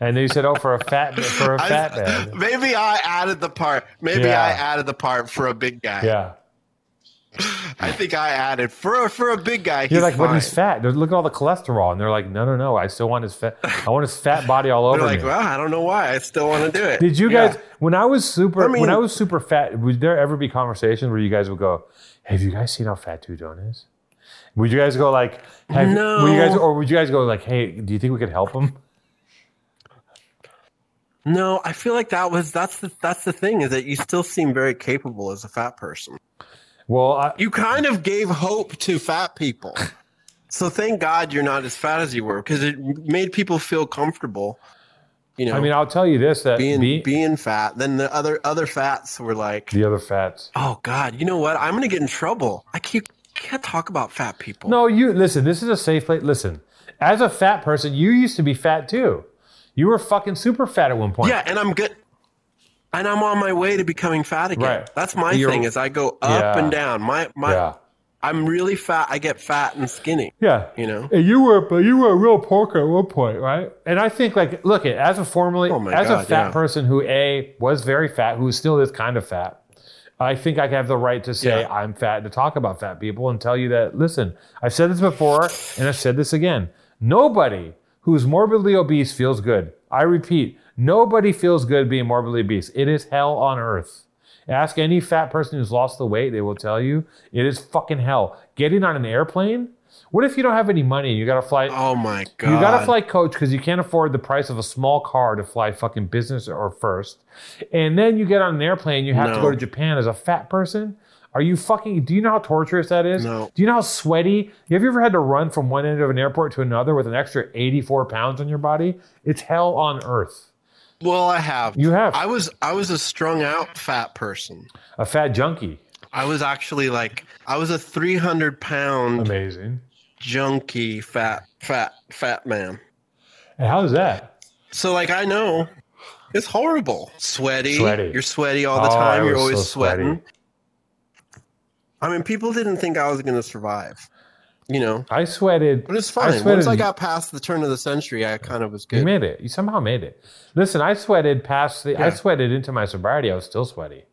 and they said, "Oh, for a fat, for a I- fat man." <laughs> Maybe I added the part. Maybe Yeah. I added the part for a big guy. Yeah, I think I added for for a big guy. you're he's like, fine. "But he's fat." They're- Look at all the cholesterol, and they're like, "No, no, no. I still want his fat. I want his fat body all over They're like, me." well, I don't know why. I still want to do it. Did you Yeah. guys when I was super I mean- when I was super fat, would there ever be conversations where you guys would go, Have you guys seen how fat Tudon is? Would you guys go like have No. would you guys or would you guys go like, hey, do you think we could help him? No, I feel like that was that's the that's the thing is that you still seem very capable as a fat person. Well, I, You kind of gave hope to fat people. So thank God you're not as fat as you were because it made people feel comfortable. You know, I mean, I'll tell you this that being the, being fat. Then the other other fats were like, the other fats. oh God, you know what? I'm gonna get in trouble. I can't, can't talk about fat people. No, you listen, this is a safe place. Listen, as a fat person, you used to be fat too. You were fucking super fat at one point. Yeah, and I'm good. And I'm on my way to becoming fat again. Right. That's my You're- thing is I go up Yeah. and down. My my Yeah. I'm really fat. I get fat and skinny. Yeah. You know? And you were, but you were a real porker at one point, right? And I think, like, look, it as a formerly, Oh my as a God, fat yeah. person who a was very fat, who still is kind of fat, I think I have the right to say Yeah. I'm fat and to talk about fat people and tell you that. Listen, I've said this before, and I've said this again. Nobody who's morbidly obese feels good. I repeat, nobody feels good being morbidly obese. It is hell on earth. Ask any fat person who's lost the weight, they will tell you it is fucking hell. Getting on an airplane? What if you don't have any money and you gotta fly? Oh my god. You gotta fly coach because you can't afford the price of a small car to fly fucking business or first. And then you get on an airplane, you have to No. go to Japan as a fat person. Are you fucking do you know how torturous that is? No. Do you know how sweaty? Have you ever had to run from one end of an airport to another with an extra 84 pounds on your body? It's hell on earth. Well, I have. You have. I was I was a strung out fat person. A fat junkie. I was actually like I was a 300 pound Amazing. junky fat fat fat man. And how's that? So like I know it's horrible. Sweaty. Sweaty. You're sweaty all the Oh, I time. You're was always so sweaty. sweating. I mean, people didn't think I was going to survive. You know, I sweated. but it's I fine. sweated- Once I got past the turn of the century, I kind of was You good. made it. You somehow made it. Listen, I sweated past the. I Yeah. sweated into my sobriety. I was still sweaty.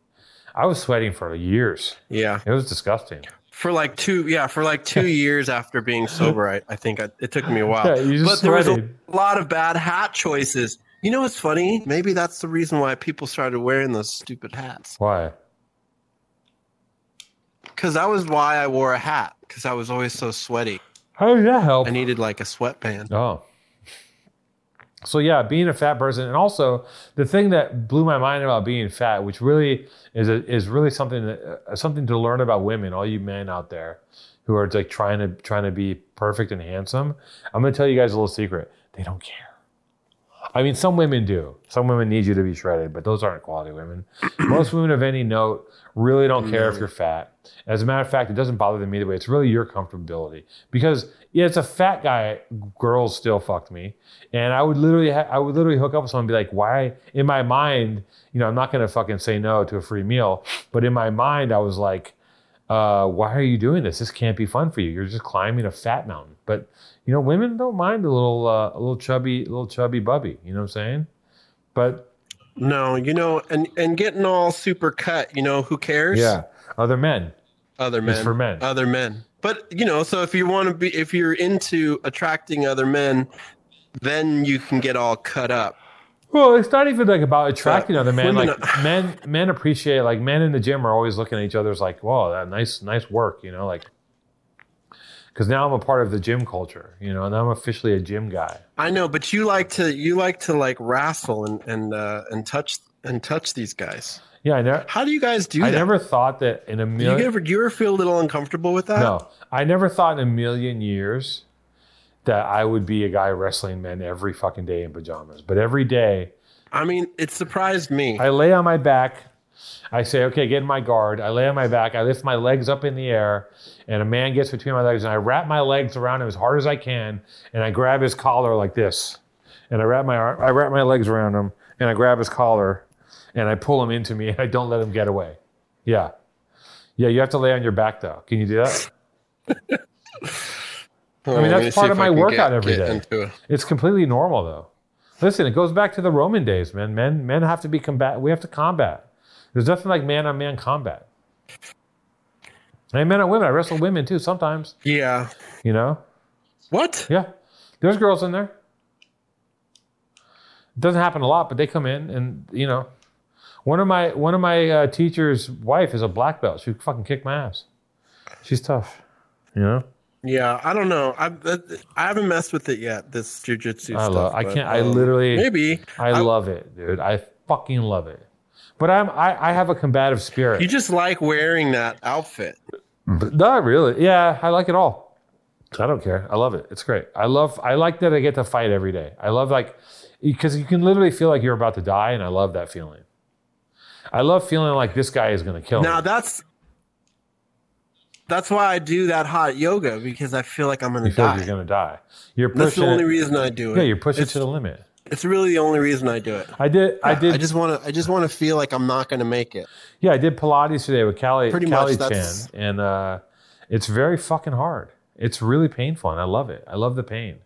I was sweating for years. yeah, It was disgusting. for like two, yeah, for <laughs> like two years after being sober, I, I think I, it took me a while. Yeah, you just but there was a sweated. lot of bad hat choices. You know what's funny? Maybe that's the reason why people started wearing those stupid hats. Why? Because that was why I wore a hat. Because I was always so sweaty. How did that help? I needed like a sweatband. Oh. So yeah, being a fat person, and also the thing that blew my mind about being fat, which really is a, is really something that, uh, something to learn about women, all you men out there who are like trying to trying to be perfect and handsome. I'm gonna tell you guys a little secret. They don't care. I mean, some women do. Some women need you to be shredded, but those aren't quality women. <clears throat> Most women of any note really don't care if you're fat. As a matter of fact, it doesn't bother them either way. It's really your comfortability because yeah, it's a fat guy. Girls still fucked me, and I would literally, ha- I would literally hook up with someone and be like, "Why?" In my mind, you know, I'm not gonna fucking say no to a free meal, but in my mind, I was like, uh, why are you doing this? This can't be fun for you. You're just climbing a fat mountain. But you know, women don't mind a little, uh, a little chubby, little chubby bubby. You know what I'm saying? But no, you know, and and getting all super cut, you know, who cares? yeah, other men. other It's men Uh, for men. other men but you know so if you want to be if you're into attracting other men then you can get all cut up Well, it's not even like about attracting other men. uh, women Like <laughs> men, men appreciate like men in the gym are always looking at each other's like, "Wow, that nice, nice work," you know, like. Because now I'm a part of the gym culture, you know, and I'm officially a gym guy. i know but you like to you like to like wrestle and and uh and touch and touch these guys Yeah, I never. How do you guys do I that? never thought that in a do million. you ever do you ever feel a little uncomfortable with that No, I never thought in a million years that I would be a guy wrestling men every fucking day in pajamas. But every day, I mean, it surprised me. I lay on my back. I say, okay, get in my guard. I lay on my back. I lift my legs up in the air, and a man gets between my legs, and I wrap my legs around him as hard as I can, and I grab his collar like this, and I wrap my arm, I wrap my legs around him, and I grab his collar, and I pull him into me, and I don't let him get away. Yeah, yeah. You have to lay on your back though. Can you do that? Hold I mean, on, that's let me see part if of I my can workout get- every get day. into it. It's completely normal though. Listen, it goes back to the Roman days, man. Men men have to be combat. We have to combat. There's nothing like man on man combat. And men and women. I wrestle women too sometimes. Yeah. You know. What? Yeah. There's girls in there. It doesn't happen a lot, but they come in and you know, one of my one of my uh, teacher's wife is a black belt. She fucking kicked my ass. She's tough. You know. Yeah, I don't know. I uh, I haven't messed with it yet. This jujitsu. I love. stuff, I but, can't. I um, literally. Maybe. I, love it, dude. I fucking love it. But I'm. I, I have a combative spirit. You just like wearing that outfit. But not really. Yeah, I like it all. I don't care. I love it. It's great. I love. I like that I get to fight every day. I love like because you can literally feel like you're about to die, and I love that feeling. I love feeling like this guy is gonna kill Now me. that's that's why I do that hot yoga because I feel like I'm gonna You feel like die. you're gonna die. You're pushing. That's the only it- reason I do it. Yeah, you're pushing It's- to the limit. It's really the only reason I do it. I did. I did. I just want to. I just want to feel like I'm not gonna make it. Yeah, I did Pilates today with Callie, Pretty much, Callie Chan, that's- and uh, it's very fucking hard. It's really painful, and I love it. I love the pain.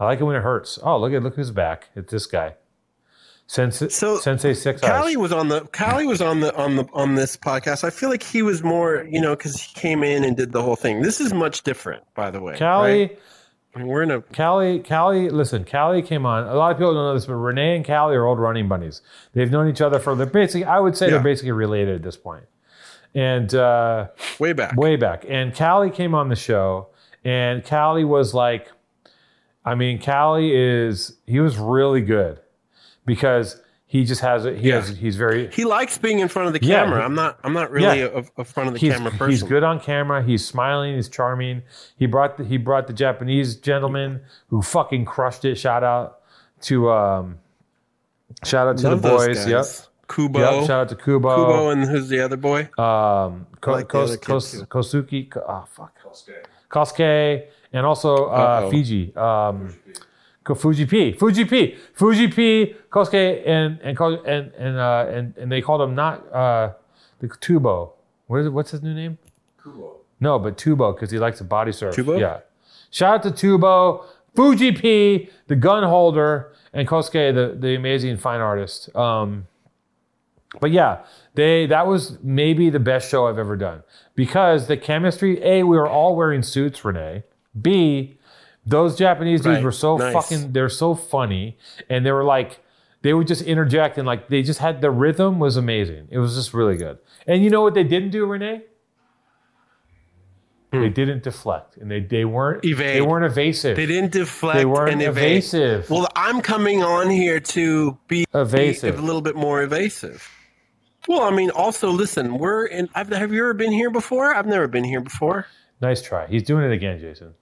I like it when it hurts. Oh, look at look who's back. It's this guy, Sensei, Sensei Six Callie Eyes. was on the Callie was on the on the on this podcast. I feel like he was more, you know, because he came in and did the whole thing. This is much different, by the way. Callie, right? I mean, we're in a Callie, Callie. Listen, Callie came on. A lot of people don't know this, but Renee and Callie are old running buddies. They've known each other for they're basically. I would say they're basically related at this point. and uh, way back, way back. And Callie came on the show, and Callie was like, I mean, Callie is he was really good because he just has it. He has he's very he likes being in front of the Yeah, camera. he- I'm not I'm not really Yeah. a, a front of the he's, camera he's person. good on camera. He's smiling. He's charming. He brought the, he brought the Japanese gentleman who fucking crushed it. Shout out to um, shout out to Love the those boys. Yep. guys. Kubo. Yep, shout out to Kubo. Kubo and who's the other boy? Um, Ko- I like the Kos- other kid, Kos- too. Kosuke. Ko- Oh fuck. Kosuke, and also uh, Uh-oh. Fiji. Um, Ko- Fuji P. Fuji P. Fuji P. Kosuke and and Ko- and and, uh, and and they called him not uh, the Tubo. What is it, what's his new name? Kubo. No, but Tubo because he likes to body surf. Tubo? Yeah. Shout out to Tubo, Fuji P, the gun holder, and Kosuke, the the amazing fine artist. Um, but yeah, they that was maybe the best show I've ever done because the chemistry. A, we were all wearing suits, Renee. B, those Japanese dudes Right, were so nice. fucking. They're so funny, and they were like, they would just interject and like they just had the rhythm was amazing. It was just really good. And you know what they didn't do, Renee? They didn't deflect, and they they weren't Hmm. Evade. they weren't evasive. They didn't deflect. They weren't and evade. evasive. Well, I'm coming on here to be Evasive. be a little bit more evasive. Well, I mean, also listen, we're in. I've, have you ever been here before? I've never been here before. Nice try. He's doing it again, Jason.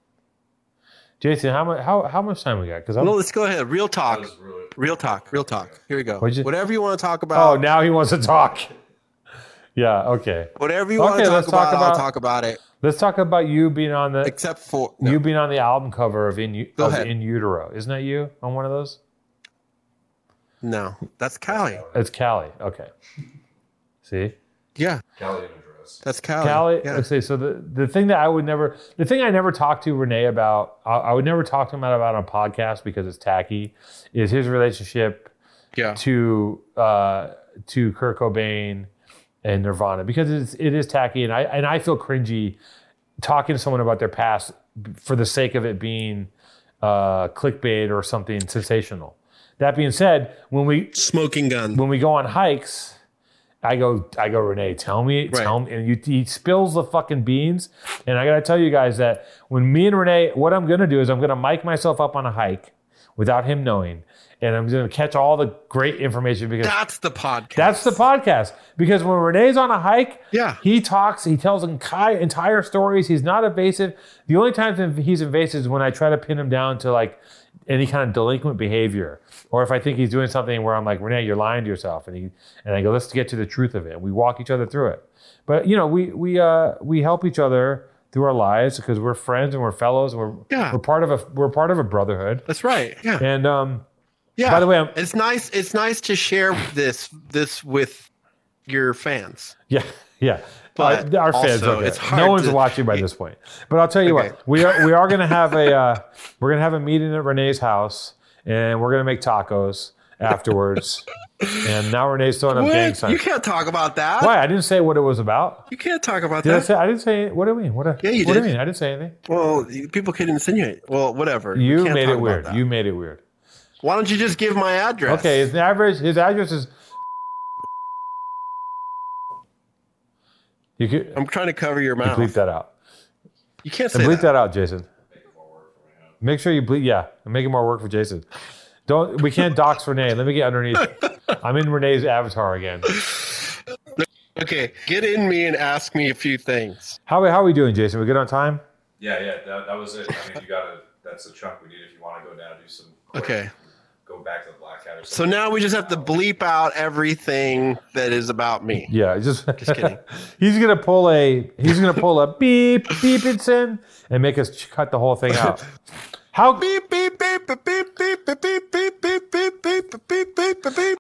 Jason, how much how, how much time we got? Because I'm Well, uh, let's go ahead. Real talk. Real talk. Real talk. Here we go. What'd you- Whatever you want to talk about. oh now he wants to talk. <laughs> Yeah. Okay. Whatever you want Okay, to talk, let's talk about, I'll about- talk about it. Let's talk about you being on the except for you being on the album cover of in U- Go of ahead. in utero. Isn't that you on one of those? No, that's Callie. It's Callie. Okay. See. Yeah. Callie. That's Callie. Callie. Yeah. Okay, so the, the thing that I would never, the thing I never talked to Renee about, I, I would never talk to him about on a podcast because it's tacky, is his relationship yeah. to uh, to Kurt Cobain and Nirvana because it's it is tacky and I and I feel cringy talking to someone about their past for the sake of it being uh, clickbait or something sensational. That being said, when we smoking gun when we go on hikes. I go, I go, Renee, tell me, tell me. And you, he spills the fucking beans. And I got to tell you guys that when me and Renee, what I'm going to do is I'm going to mic myself up on a hike without him knowing. And I'm going to catch all the great information because that's the podcast. That's the podcast. Because when Renee's on a hike, yeah, he talks, he tells entire, entire stories. He's not evasive. The only times he's invasive is when I try to pin him down to like any kind of delinquent behavior, or if I think he's doing something where I'm like, Renee, you're lying to yourself, and he and I go, let's get to the truth of it. And we walk each other through it. But you know, we we uh, we help each other through our lives because we're friends and we're fellows and we're Yeah. we're part of a we're part of a brotherhood. That's right. Yeah. And um, Yeah. By the way, I'm, it's nice. It's nice to share this this with your fans. Yeah, <laughs> yeah. But Uh, our fans also, don't get it's it. hard No one's to- watching by this point. But I'll tell you Okay. what, we are we are <laughs> gonna have a uh, we're gonna have a meeting at Renee's house, and we're gonna make tacos afterwards. and now Renee's throwing up gang What? signs. You can't talk about that. Why? I didn't say what it was about. You can't talk about Did I that. say? I didn't say. What do you mean? What? yeah, you what did. do you mean? I didn't say anything. Well, you- people can insinuate. Well, whatever. We You can't made talk it about weird. that. You made it weird. Why don't you just give my address? Okay, his average his address is. You could. I'm trying to cover your mouth. Bleep that out. You can't And say bleep that. that out, Jason. Make sure you bleep. Yeah, make it more work for Jason. Don't. We can't <laughs> dox Renee. Let me get underneath. I'm in Renee's avatar again. Okay, get in me and ask me a few things. How we- how are we doing, Jason? We good on time? Yeah, yeah, that, that was it. I mean, you gotta. That's a chunk we need if you want to go down and do some. Okay. Go back to the black hat or So something. now we just have to bleep out everything that is about me. Yeah. Just. Just kidding. <laughs> he's gonna pull a. He's gonna pull a beep beep it's in and make us ch- cut the whole thing <laughs> out. How beep beep beep beep beep beep beep beep beep beep beep beep beep beep beep beep